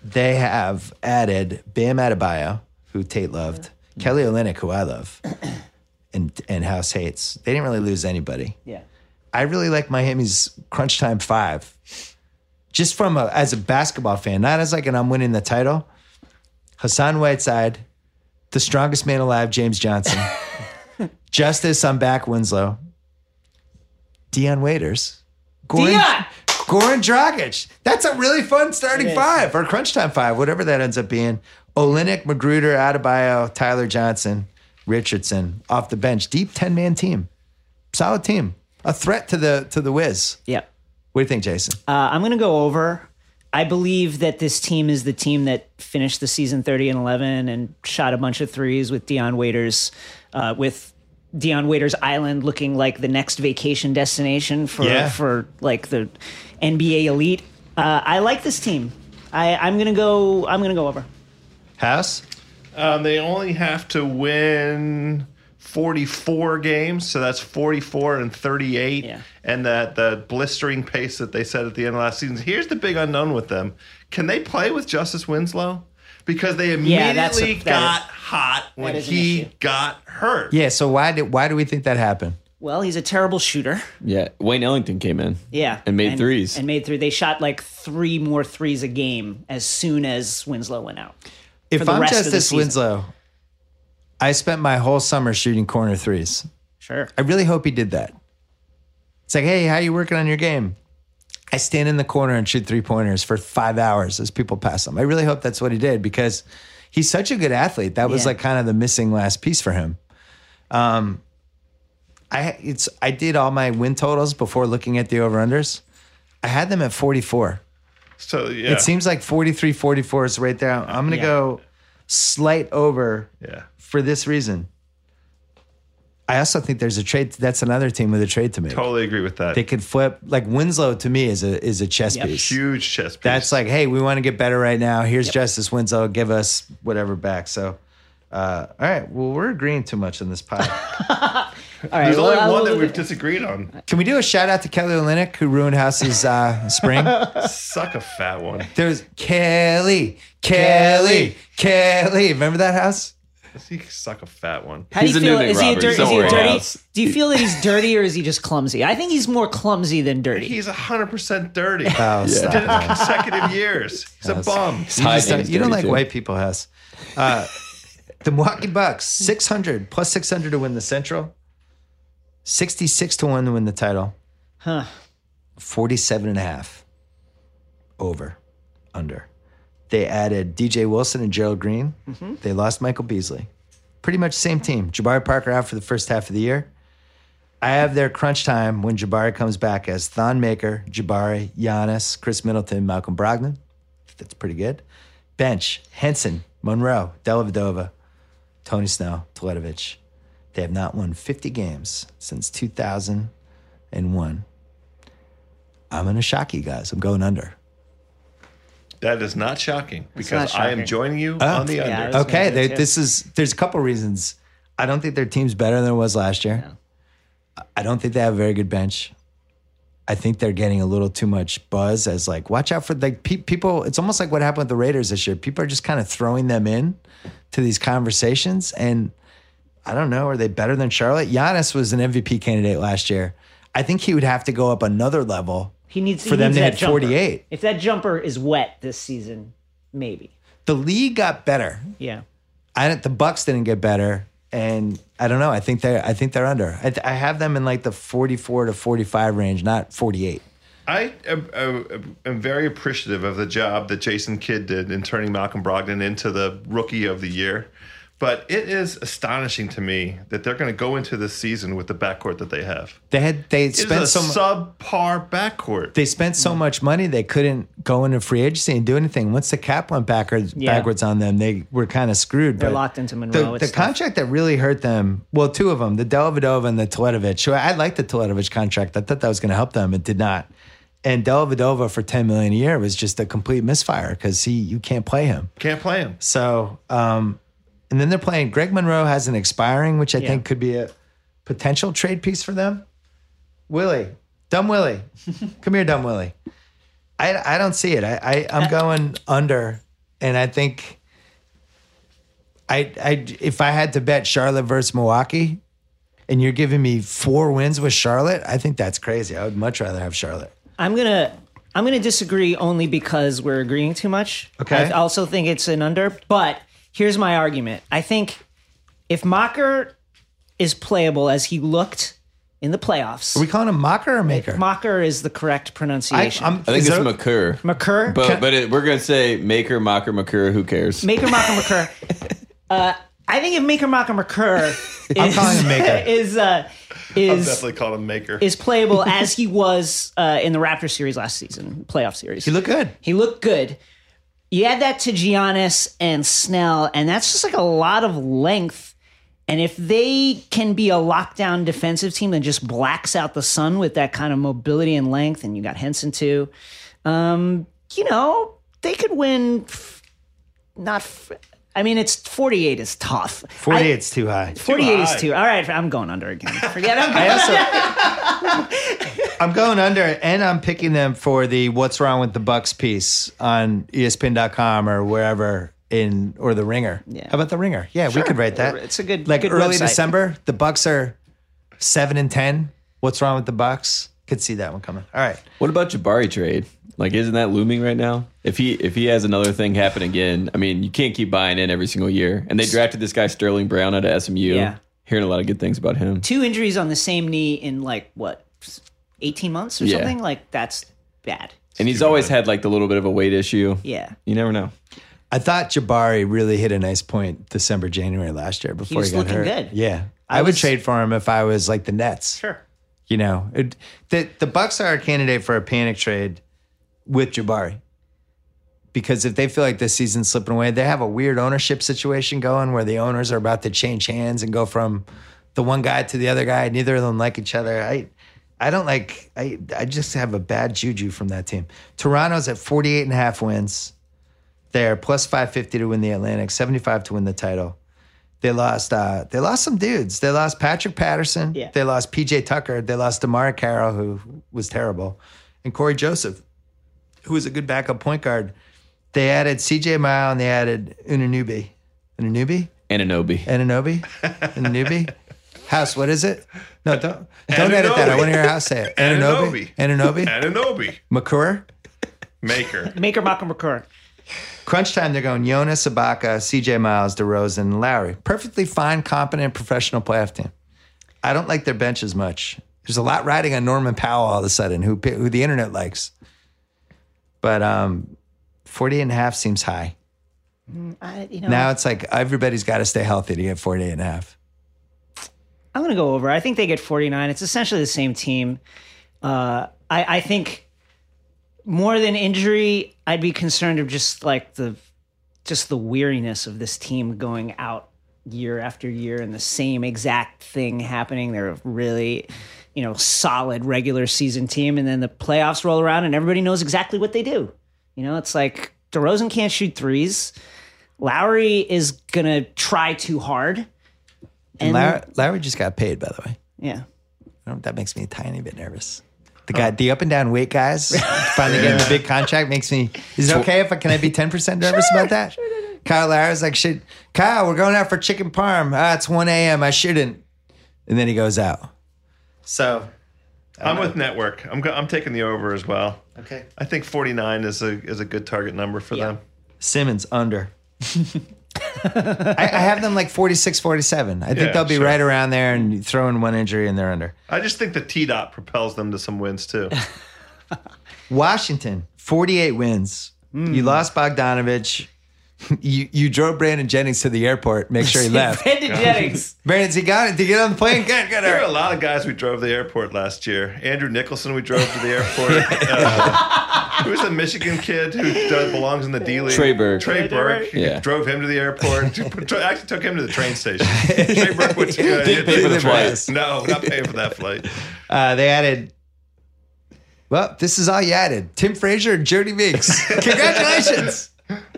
they have added Bam Adebayo, who Tate loved, Kelly Olynyk, who I love, and, and House hates. They didn't really lose anybody. Yeah. I really like Miami's crunch time five. Just from a, as a basketball fan, not as like an I'm winning the title. Hassan Whiteside, the strongest man alive, James Johnson, Justice, I'm back, Winslow, Dion Waiters, Goran, Dion! Goran Dragic. That's a really fun starting five or crunch time five, whatever that ends up being. Olenek, Magruder, Adebayo, Tyler Johnson, Richardson off the bench. Deep 10 man team solid team, a threat to the to the Wiz. Yeah. What do you think, Jason? Uh, I'm going to go over. I believe that this team is the team that finished the season 30 and 11 and shot a bunch of threes with Dion Waiters, uh, with Dion Waiters Island looking like the next vacation destination for Yeah. for like the NBA elite. Uh, I like this team. I, I'm gonna go. I'm gonna go over. House? Um, they only have to win 44 games, so that's 44 and 38. Yeah. And that the blistering pace that they set at the end of last season. Here's the big unknown with them: can they play with Justice Winslow? Because they Yeah, immediately that's a- that got is- hot when is an issue. he got hurt. Yeah. So why did why do we think that happened? Well, he's a terrible shooter. Yeah, Wayne Ellington came in. Yeah, and made threes. And made three. They shot like three more threes a game as soon as Winslow went out. If For the I'm rest of the Justice season. Winslow, I spent my whole summer shooting corner threes. Sure. I really hope he did that. It's like, hey, how you working on your game? I stand in the corner and shoot three pointers for five hours as people pass them. I really hope that's what he did because he's such a good athlete. That was Yeah. like kind of the missing last piece for him. Um, I it's I did all my win totals before looking at the over unders. I had them at 44. So yeah, It seems like 43 44 is right there. I'm going to Yeah. go slight over yeah. for this reason. I also think there's a trade. That's another team with a trade to make. Totally agree with that. They could flip. Like Winslow to me is a is a chess Yep. piece. Huge chess piece. That's like, hey, we want to get better right now. Here's Justice Winslow. Give us whatever back. So, uh, all right. Well, we're agreeing too much on this pod. All right. There's only well, one that I'll- we've disagreed on. Can we do a shout out to Kelly Olynyk who ruined House's uh, spring? Suck a fat one. There's Kelly, Kelly, Kelly. Remember that house? You suck a fat one. How do He's you a feel? new Nick Is he a Roberts, dir- is don't he a worry, dirty? Alex. Do you feel that he's dirty or is he just clumsy? I think he's more clumsy than dirty. He's 100% dirty. Oh, stop. Did it consecutive years. He's a bum. You, just Hiding don't, is you don't dirty, like too. white people, Hess. Uh, the Milwaukee Bucks, 600 plus 600 to win the Central, 66 to 1 to win the title, Huh. 47 and a half over, under. They added DJ Wilson and Gerald Green. They lost Michael Beasley. Pretty much same team. Jabari Parker out for the first half of the year. I have their crunch time when Jabari comes back as Thon Maker, Jabari, Giannis, Chris Middleton, Malcolm Brogdon. That's pretty good. Bench, Henson, Monroe, Delavadova, Tony Snell, Toledovich. They have not won 50 games since 2001. I'm going to shock you guys. I'm going under. That is not shocking because not I am shocking. joining Oh. you on the Yeah, under. I was Okay, gonna do they, too. this is there's a couple reasons. I don't think their team's better than it was last year. I don't think they have a very good bench. I think they're getting a little too much buzz as like watch out for like pe- people. It's almost like what happened with the Raiders this year. People are just kind of throwing them in to these conversations, and I don't know. Are they better than Charlotte? Giannis was an MVP candidate last year. I think he would have to go up another level. He needs For he them, needs they that had jumper. 48. If that jumper is wet this season, maybe. The league got better. Yeah. I don't- the Bucks didn't get better, and I don't know. I think they're I think they're under. I, th- I have them in like the forty four to forty five range, not forty eight. I am, am- am very appreciative of the job that Jason Kidd did in turning Malcolm Brogdon into the rookie of the year. But it is astonishing to me that they're going to go into this season with the backcourt that they have. They had they It's spent a so mu- subpar backcourt. they spent so much money they couldn't go into free agency and do anything. Once the cap went backwards Yeah. backwards on them, they were kind of screwed. They're but locked into Monroe. The, It's the tough. contract that really hurt them, well, two of them, the Delavadova and the Toledovich. So I liked the Toledovich contract. I thought that was going to help them. It did not. And Delavadova for ten million a year was just a complete misfire because he you can't play him. Can't play him. So, um, and then they're playing. Greg Monroe has an expiring, which I think could be a potential trade piece for them. Willie, dumb Willie, come here, dumb Willie. I I don't see it. I, I I'm going under, and I think. I, I if I had to bet Charlotte versus Milwaukee, and you're giving me four wins with Charlotte, I think that's crazy. I would much rather have Charlotte. I'm gonna I'm gonna disagree only because we're agreeing too much. Okay. I also think it's an under, but here's my argument. I think if Mocker is playable as he looked in the playoffs, Are we calling him mocker or maker? Mocker is the correct pronunciation. I'm- I think is it's there- McCurr. McCurr, But but it, we're gonna say Maker, Mocker, McCurr. Who cares? Maker Mocker McCurr. Uh, I think if Maker Mocker McCurr I'm is calling him Maker. is uh, I'm is definitely called a maker. is playable as he was uh, in the Raptor series last season, playoff series. You look good. He looked good. You add that to Giannis and Snell, and that's just like a lot of length And if they can be a lockdown defensive team that just blacks out the sun with that kind of mobility and length, and you got Henson too, um, you know, they could win. F- not, f- I mean, it's 48 is tough. I- 48's too high. 48 high. is too. All right, I'm going under again. Forget I'm going. I also, I'm going under, and I'm picking them for the "What's Wrong with the Bucks" piece on E ESPN.com or wherever in or the Ringer. How about the Ringer? Yeah, we could write that. It's a good- like good early website. December. The Bucks are seven and ten. What's wrong with the Bucks? Could see that one coming. All right, What about Jabari trade? Like, isn't that looming right now? If he if he has another thing happen again, I mean, you can't keep buying in every single year. And they drafted this guy Sterling Brown out of SMU. Yeah. Hearing a lot of good things about him. two injuries on the same knee in like what 18 months or Yeah. something like that's bad And he's always had like the little bit of a weight issue. yeah You never know. I thought Jabari really hit a nice point December, January last year before he, was got looking hurt. good. Yeah, I, would was- trade for him if I was like the Nets. sure You know, it, the the Bucks are a candidate for a panic trade with Jabari because if they feel like this season's slipping away, they have a weird ownership situation going where the owners are about to change hands and go from the one guy to the other guy. Neither of them like each other. I I don't like. I I just have a bad juju from that team. Toronto's at 48 and a half wins. They're plus 550 to win the Atlantic, 75 to win the title. They lost. Uh, they lost some dudes. They lost Patrick Patterson. Yeah. They lost PJ Tucker. They lost Damari Carroll, who was terrible, and Corey Joseph, who was a good backup point guard. They added CJ Mile and they added Unanubi. Unanubi? Ananobi. Ananobi? Unanubi? House, what is it? No, don't don't edit that. I want to hear House say it. Ananobi. Ananobi? Ananobi McCur? maker. maker Malcolm recur Crunch time, they're going Jonas, Sabaka, CJ Miles, DeRozan, and Lowry. Perfectly fine, competent, professional playoff team. I don't like their bench as much. There's a lot riding on Norman Powell all of a sudden, who, who the internet likes. But um, 48 and a half seems high. I, you know Now it's like everybody's got to stay healthy to get 48 and a half. i'm gonna go over i think they get 49 it's essentially the same team uh i i think more than injury i'd be concerned of just like the just the weariness of this team going out year after year and the same exact thing happening. They're a really, you know, solid regular season team, and then the playoffs roll around and everybody knows exactly what they do. You know, it's like DeRozan can't shoot threes. Lowry is gonna try too hard. And Larry, Larry just got paid, by the way. yeah. I don't- Oh, That makes me a tiny bit nervous. The guy, the up and down weight guys, finally getting the big contract makes me. Is it okay if I can I be ten percent nervous about that? Kyle Lowry's like, shit, Kyle, we're going out for chicken parm. Ah, it's one a.m. I shouldn't. And then he goes out. So I'm with network. I'm go- I'm taking the over as well. okay, I think 49 is a is a good target number for them. Simmons under. I, I have them like 46, 47. I think Yeah, they'll be sure. right around there and you throw in one injury and they're under. I just think the T dot propels them to some wins too. Washington, 48 wins. Hmm. You lost Bogdanovich. You you drove Brandon Jennings to the airport, make sure he left. Brandon Jennings. Brandon's he got it. Did you get on the plane? Good, good. all There are right. a lot of guys we drove to the airport last year. Andrew Nicholson, we drove to the airport. Uh, who's the Michigan kid who does, belongs in the D League? Trey Burke. Trey Burke. Yeah. Drove him to the airport. Actually took him to the train station. Trey Burke went to uh, Didn't pay for the flight. No, not paying for that flight. Uh, they added. Well, this is all you added: Tim Frazier and Jody Meeks. Congratulations.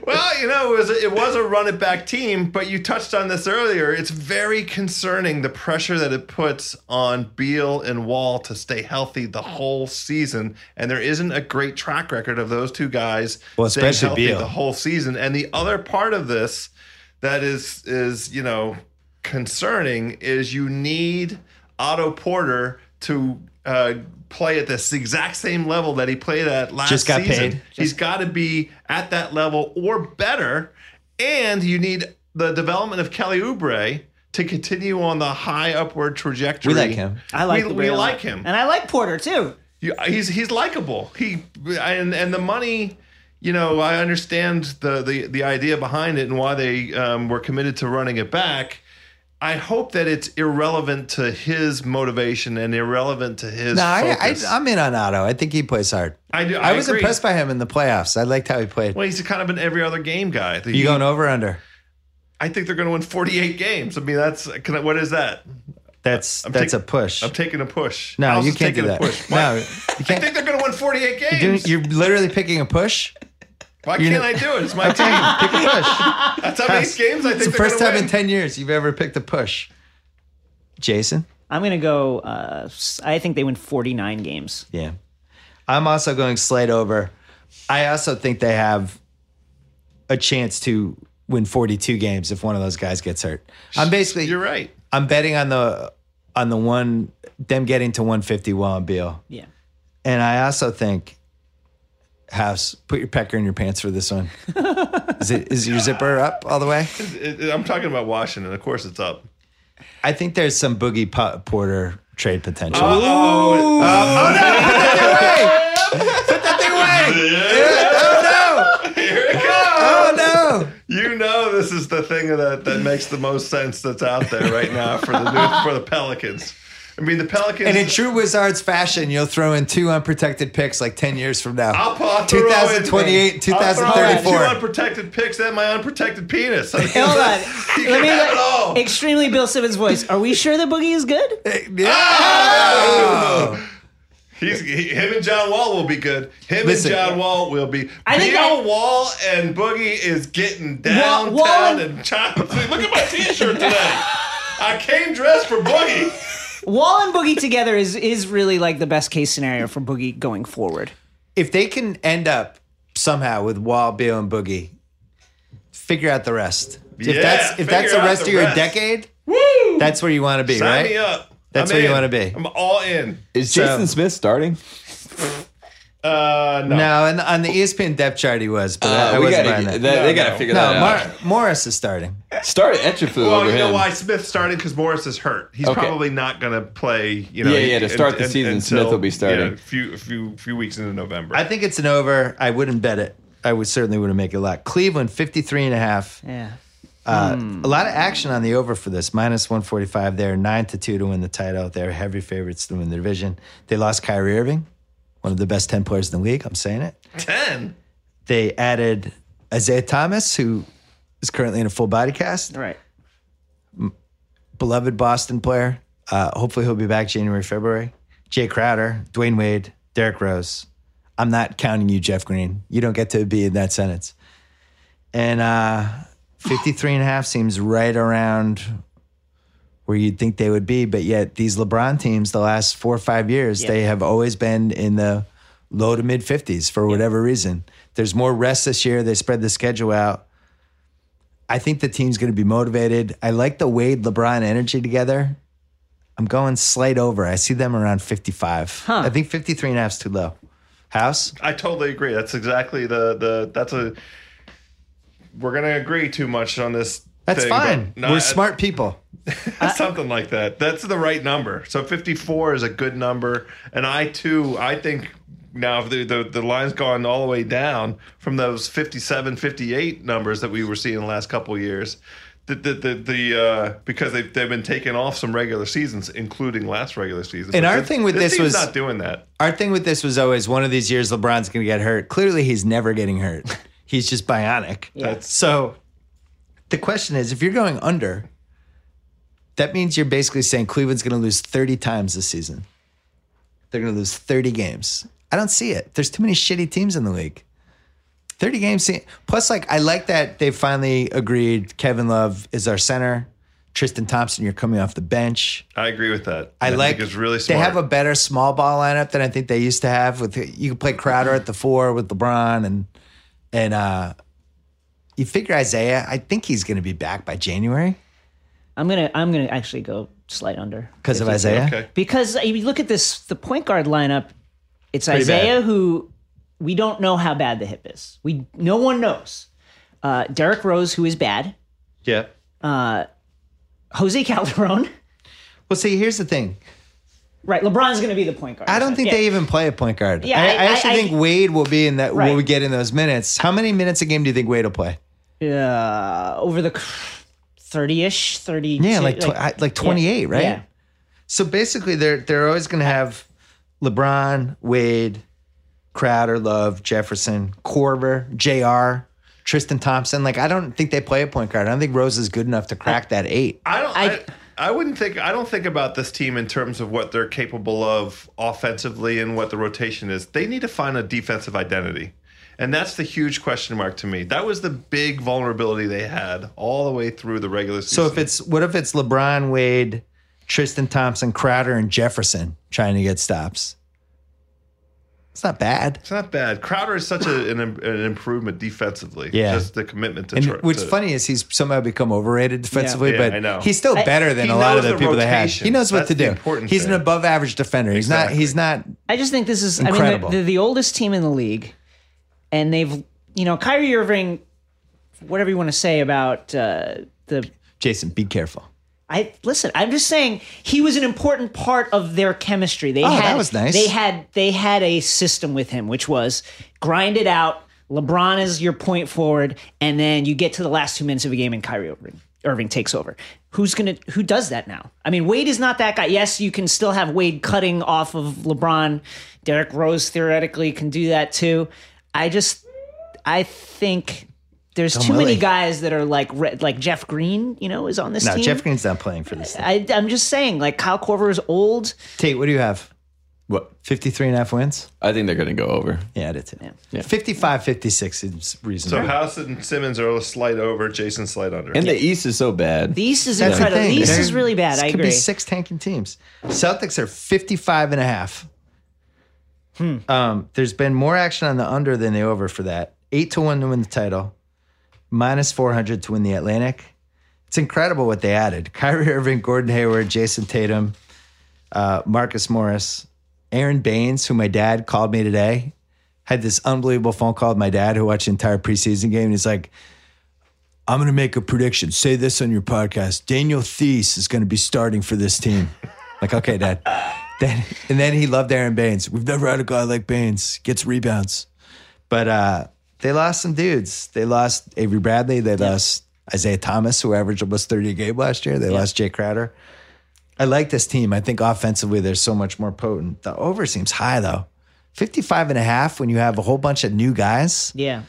Well, you know, it was a, it was a run it back team, but you touched on this earlier. It's very concerning the pressure that it puts on Beal and Wall to stay healthy the whole season, and there isn't a great track record of those two guys Well, staying especially healthy Beal. the whole season. And the other part of this that is is you know concerning is you need Otto Porter to. Uh, play at this exact same level that he played at last Just got season. paid. He's got to be at that level or better. And you need the development of Kelly Oubre to continue on the high upward trajectory. We like him. I like We, the we Brandon. like him. and I like Porter too. You- he's he's likable. He and and the money. You know, I understand the the the idea behind it and why they um, were committed to running it back. I hope that it's irrelevant to his motivation and irrelevant to his. no, I, I, focus. I'm in on Otto. I think he plays hard. I do- I, I was agree. impressed by him in the playoffs. I liked how he played. well, he's kind of an every other game guy. you going over or under? I think they're going to win 48 games. I mean, that's can I, what is that? That's I'm that's a taking- push. I'm taking a push. no, House you is can't do taking a that. push. Why- No, you I think can't. they're going to win 48 games. Doing, you're literally picking a push. Why you're can't not- I do it? It's my team. Pick a push. That's how many games I think It's the they're first gonna time win. in ten years you've ever picked a push. Jason. I'm gonna go. Uh, s- I think they win 49 games. Yeah. I'm also going Slate over. I also think they have a chance to win 42 games if one of those guys gets hurt. I'm basically You're right. I'm betting on the on the one them getting to 150 while on Beal. Yeah. And I also think House, put your pecker in your pants for this one. is it is your zipper up all the way? It- it- I'm talking about Washington. Of course, it's up. I think there's some Boogie Po- Porter trade potential. Oh, oh no! you know this is the thing that that makes the most sense that's out there right now for the new, for the Pelicans. I mean, the Pelicans. And in true Wizards fashion, you'll throw in two unprotected picks like 10 years from now. I'll, pu- I'll throw in- 2028, I'll throw in 2034. Two unprotected picks and my unprotected penis. I mean, Hold on. You Let can me have it all. extremely Bill Simmons voice. Are we sure the boogie is good? Ah! He's, he, him and John Wall will be good. Him Listen. and John Wall will be. I think Beal, I- Wall, and Boogie is getting Wall- downtown Wall and- and chocolate. Look at my T-shirt today. I came dressed for Boogie. Wall and Boogie together is is really like the best case scenario for Boogie going forward. If they can end up somehow with Wall, Bill, and Boogie, figure out the rest. Yeah, if that's if that's figure the out rest the of your rest. decade, Woo! that's where you want to be, Sign right? me up. That's I'm where you in. wanna be. I'm all in. Is So- Jason Smith starting? Uh, no. No, and on the E ESPN depth chart he was, but uh, I, I Uh, we wasn't gotta, buying get- that. they- No, they got to no. figure no, that Mar- out. Morris is starting. Start Etchefu Well, over you know him. why Smith started because Morris is hurt. He's Okay. probably not going to play. You know, Yeah, yeah, to start the season, Smith will be yeah, starting. a few, a few, few weeks into November. I think it's an over. I wouldn't bet it. I would certainly wouldn't make it a lot. Cleveland 53 and a half. Yeah. Uh, A lot of action on the over for this. Minus 145 there, 9 to 2 to win the title. They're heavy favorites to win the division. They lost Kyrie Irving, one of the best 10 players in the league. I'm saying it. Ten. They added Isaiah Thomas, who is currently in a full body cast, All right. beloved Boston player. Uh, hopefully he'll be back January, February. Jay Crowder, Dwayne Wade, Derrick Rose. I'm not counting you, Jeff Green. You don't get to be in that sentence. And uh, 53 and a half seems right around where you'd think they would be. But yet, these LeBron teams, the last four or five years, they have always been in the low to mid 50s for whatever reason. There's more rest this year. They spread the schedule out. I think the team's going to be motivated. I like the Wade LeBron energy together. I'm going slight over. I see them around 55. I think 53 and a half is too low. House? I totally agree. That's exactly the the. That's a. We're gonna agree too much on this. That's thing, fine. but not- We're smart people. something like that. That's the right number. So 54 is a good number, and I too, I think now if the, the the line's gone all the way down from those 57, 58 numbers that we were seeing the last couple of years. The the the, the uh, because they've they've been taking off some regular seasons, including last regular season. And But our thing with this team's was- not doing that. Our thing with this was always one of these years LeBron's going to get hurt. Clearly, he's never getting hurt. He's just bionic. That's- So the question is if you're going under, that means you're basically saying Cleveland's going to lose 30 times this season. They're going to lose 30 games. I don't see it. There's too many shitty teams in the league. 30 games. se- Plus, like, I like that they finally agreed Kevin Love is our center. Tristan Thompson, you're coming off the bench. I agree with that. I, think like it's really smart. They have a better small ball lineup than I think they used to have. With you can play Crowder at the four with LeBron and and uh you figure Isaiah. I think he's going to be back by January I'm gonna I'm gonna actually go slight under because of Isaiah. okay. because if you look at this the point guard lineup. It's bad. Isaiah who we don't know how bad the hip is. We no one knows. Uh, Derek Rose who is bad. Uh, yeah. Jose Calderon. Well, see, here's the thing. Right, LeBron's going to be the point guard. I don't think Yeah. they even play a point guard. Yeah, I, I I- actually I- I- think Wade will be in that. Will Right. we get in those minutes? How many minutes a game do you think Wade will play? uh, over the thirty-ish, thirty. Yeah, like tw- I- like 28, right? Yeah. So basically, they're they're always going to have LeBron, Wade, Crowder, Love, Jefferson, Corver, Jr. Tristan Thompson. Like I don't think they play a point guard. I don't think Rose is good enough to crack that eight. I don't. I- I, I, wouldn't think. I don't think about this team in terms of what they're capable of offensively and what the rotation is. They need to find a defensive identity, and that's the huge question mark to me. That was the big vulnerability they had all the way through the regular season. So if it's what if it's LeBron Wade, Tristan Thompson, Crowder, and Jefferson trying to get stops? It's not bad. it's not bad, Crowder is such a, an, im- an improvement defensively. Yeah. just the commitment to. And try- what's to- funny is he's somehow become overrated defensively, Yeah, but I know. he's still I- better than He a lot of knows the the people they had. rotations. He knows what That's to the do. important He's an thing. above average defender. He's not. He's not. I just think this is I mean Incredible. they're, they're the oldest team in the league, and they've you know Kyrie Irving, whatever you want to say about uh, the Jason, be careful. I listen. I'm just saying he was an important part of their chemistry. They had Oh, that was nice. They had they had a system with him, which was grind it out. LeBron is your point forward, and then you get to the last two minutes of a game, and Kyrie Irving, Irving takes over. Who's gonna who does that now? I mean, Wade is not that guy. Yes, you can still have Wade cutting off of LeBron. Derrick Rose theoretically can do that too. I just I think. There's too Willie. many guys that are like red, like Jeff Green, you know, is on this No, team. Jeff Green's not playing for this. Thing. I, I'm just saying, like Kyle Korver is old. Tate, what do you have? What? 53 and a half wins? I think they're going to go over. Yeah, I did too. 55, 56 is So reasonable. House and Simmons are a slight over, Jason slight under. And the East is so bad. The East is That's the incredible. The thing. East They're- is really bad. This I could agree. be six tanking teams. Celtics are 55 and a half. Hmm. Um, there's been more action on the under than the over for that. Eight to one to win the title, minus 400 to win the Atlantic. It's incredible what they added. Kyrie Irving, Gordon Hayward, Jason Tatum, uh, Marcus Morris, Aaron Baines, who my dad called me today, had this unbelievable phone call with my dad who watched the entire preseason game. And he's like, I'm going to make a prediction. Say this on your podcast. Daniel Thies is going to be starting for this team. like, okay, dad. Then, and then he loved Aaron Baines. We've never had a guy like Baines. Gets rebounds. But uh, they lost some dudes. They lost Avery Bradley. They lost Isaiah Thomas, who averaged almost 30 a game last year. They lost Jay Crowder. I like this team. I think offensively, they're so much more potent. The over seems high, though. 55 and a half when you have a whole bunch of new guys. yeah.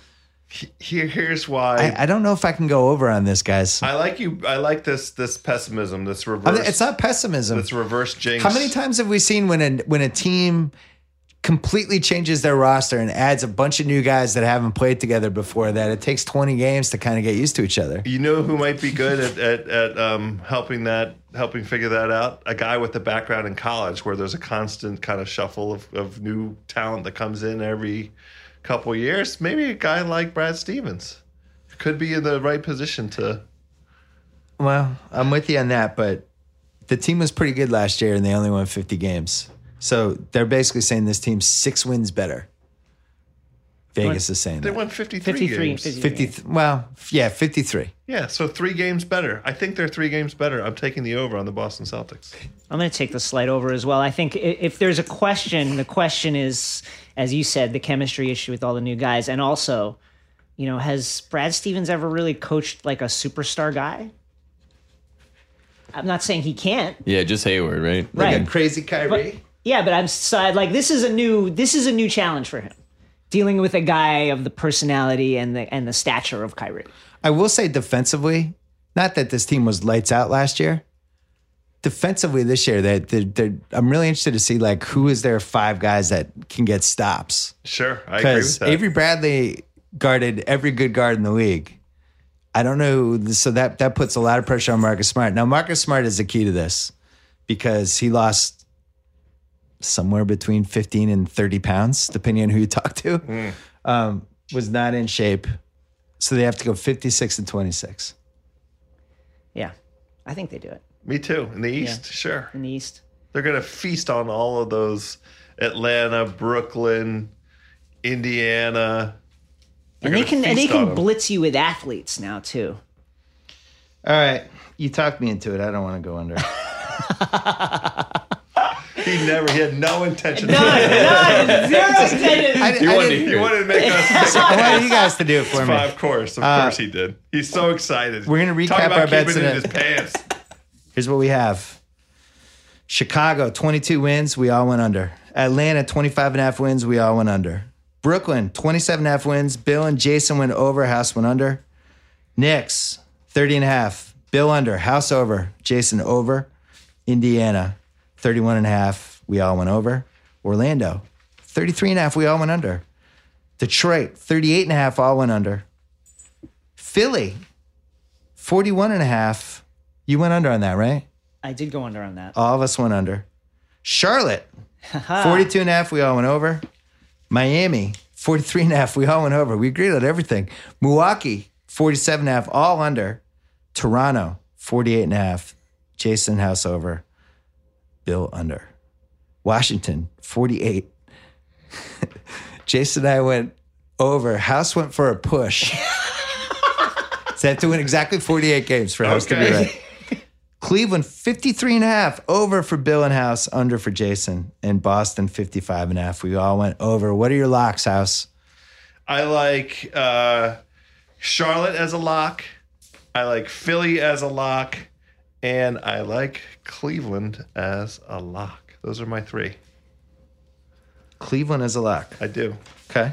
Here, here's why. I, I don't know if I can go over on this, guys. I like you. I like this this pessimism. This reverse. I mean, it's not pessimism. This reverse jinx. How many times have we seen when a when a team completely changes their roster and adds a bunch of new guys that haven't played together before that it takes 20 games to kind of get used to each other? You know who might be good at, at, at um, helping that helping figure that out? A guy with a background in college, where there's a constant kind of shuffle of, of new talent that comes in every couple years. Maybe a guy like Brad Stevens could be in the right position to. Well, I'm with you on that, but the team was pretty good last year and they only won 50 games. So they're basically saying this team's six wins better. Vegas is saying They that. won 53, 53 games. 50, well, yeah, 53. Yeah, so three games better. I think they're three games better. I'm taking the over on the Boston Celtics. I'm going to take the slide over as well. I think i- if there's a question, the question is, as you said, the chemistry issue with all the new guys. And also, you know, has Brad Stevens ever really coached like a superstar guy? I'm not saying he can't. Yeah, just Hayward, right? Right. Like, Crazy Kyrie. Yeah, but I'm so I'd like this is a new this is a new challenge for him. Dealing with a guy of the personality and the and the stature of Kyrie. I will say defensively, not that this team was lights out last year. Defensively this year, that they, they, I'm really interested to see like who is their five guys that can get stops Sure, I agree with because that. Avery Bradley guarded every good guard in the league. I don't know, who- so that that puts a lot of pressure on Marcus Smart. Now Marcus Smart is the key to this because he lost somewhere between 15 and 30 pounds, depending on who you talk to. Hmm. Um, was not in shape, so they have to go 56 and 26. Yeah. I think they do it Me too. In the East, sure. in the East. They're going to feast on all of those Atlanta, Brooklyn, Indiana. and they They're can gonna and they feast on can 'em. blitz you with athletes now too. All right, you talked me into it. I don't want to go under. He never, he had no intention. of None, none, zero I, tennis. I You wanted to didn't- hear He it. wanted to make us I wanted you guys to do it for me. five course. Of course he did. He's so excited. Uh, We're gonna Talk recap about our bets keeping in it it. in his pants. Here's what we have Chicago, 22 wins. We all went under. Atlanta, 25 and a half wins. We all went under. Brooklyn, 27 and a half wins. Bill and Jason went over, House went under. Knicks, 30 and a half. Bill under, House over, Jason over. Indiana, 31 and a half. We all went over. Orlando, 33 and a half. We all went under. Detroit, 38 and a half. All went under. Philly, 41 and a half. You went under on that, right? I did go under on Uh, that. All of us went under. Charlotte, Ah. 42 and a half. We all went over. Miami, 43 and a half. We all went over. We agreed on everything. Milwaukee, 47 and a half. All under. Toronto, 48 and a half. Jason House over. Bill under. Washington, 48. Jason and I went over. House went for a push. so I have to win exactly 48 games for House to be Okay. right. Cleveland 53 and a half over for Bill and House, under for Jason, and Boston 55 and a half. We all went over. What are your locks, House? I like uh, Charlotte as a lock. I like Philly as a lock, and I like Cleveland as a lock. Those are my three. Cleveland is a lock. I do. Okay.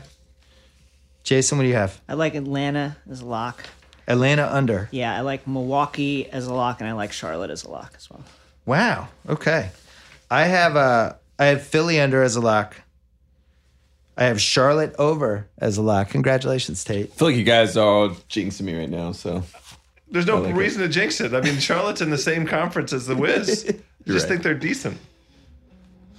Jason, what do you have? I like Atlanta as a lock. Atlanta under. Yeah, I like Milwaukee as a lock, and I like Charlotte as a lock as well. Wow. Okay. I have uh I have Philly under as a lock. I have Charlotte over as a lock. Congratulations, Tate. I feel like you guys are all jinxing me right now. So There's no like it. reason to jinx it. I mean, Charlotte's in the same conference as the Wiz. I just right. think they're decent.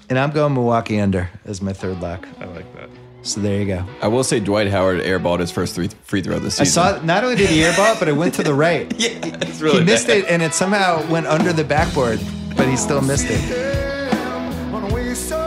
And I'm going Milwaukee under as my third lock. I like that. So there you go. I will say Dwight Howard airballed his first three free throw this I season. saw not only did he airball, it, but it went to the right. Yeah, it's really he missed bad. it and it somehow went under the backboard, but he still missed it. Damn, on a way so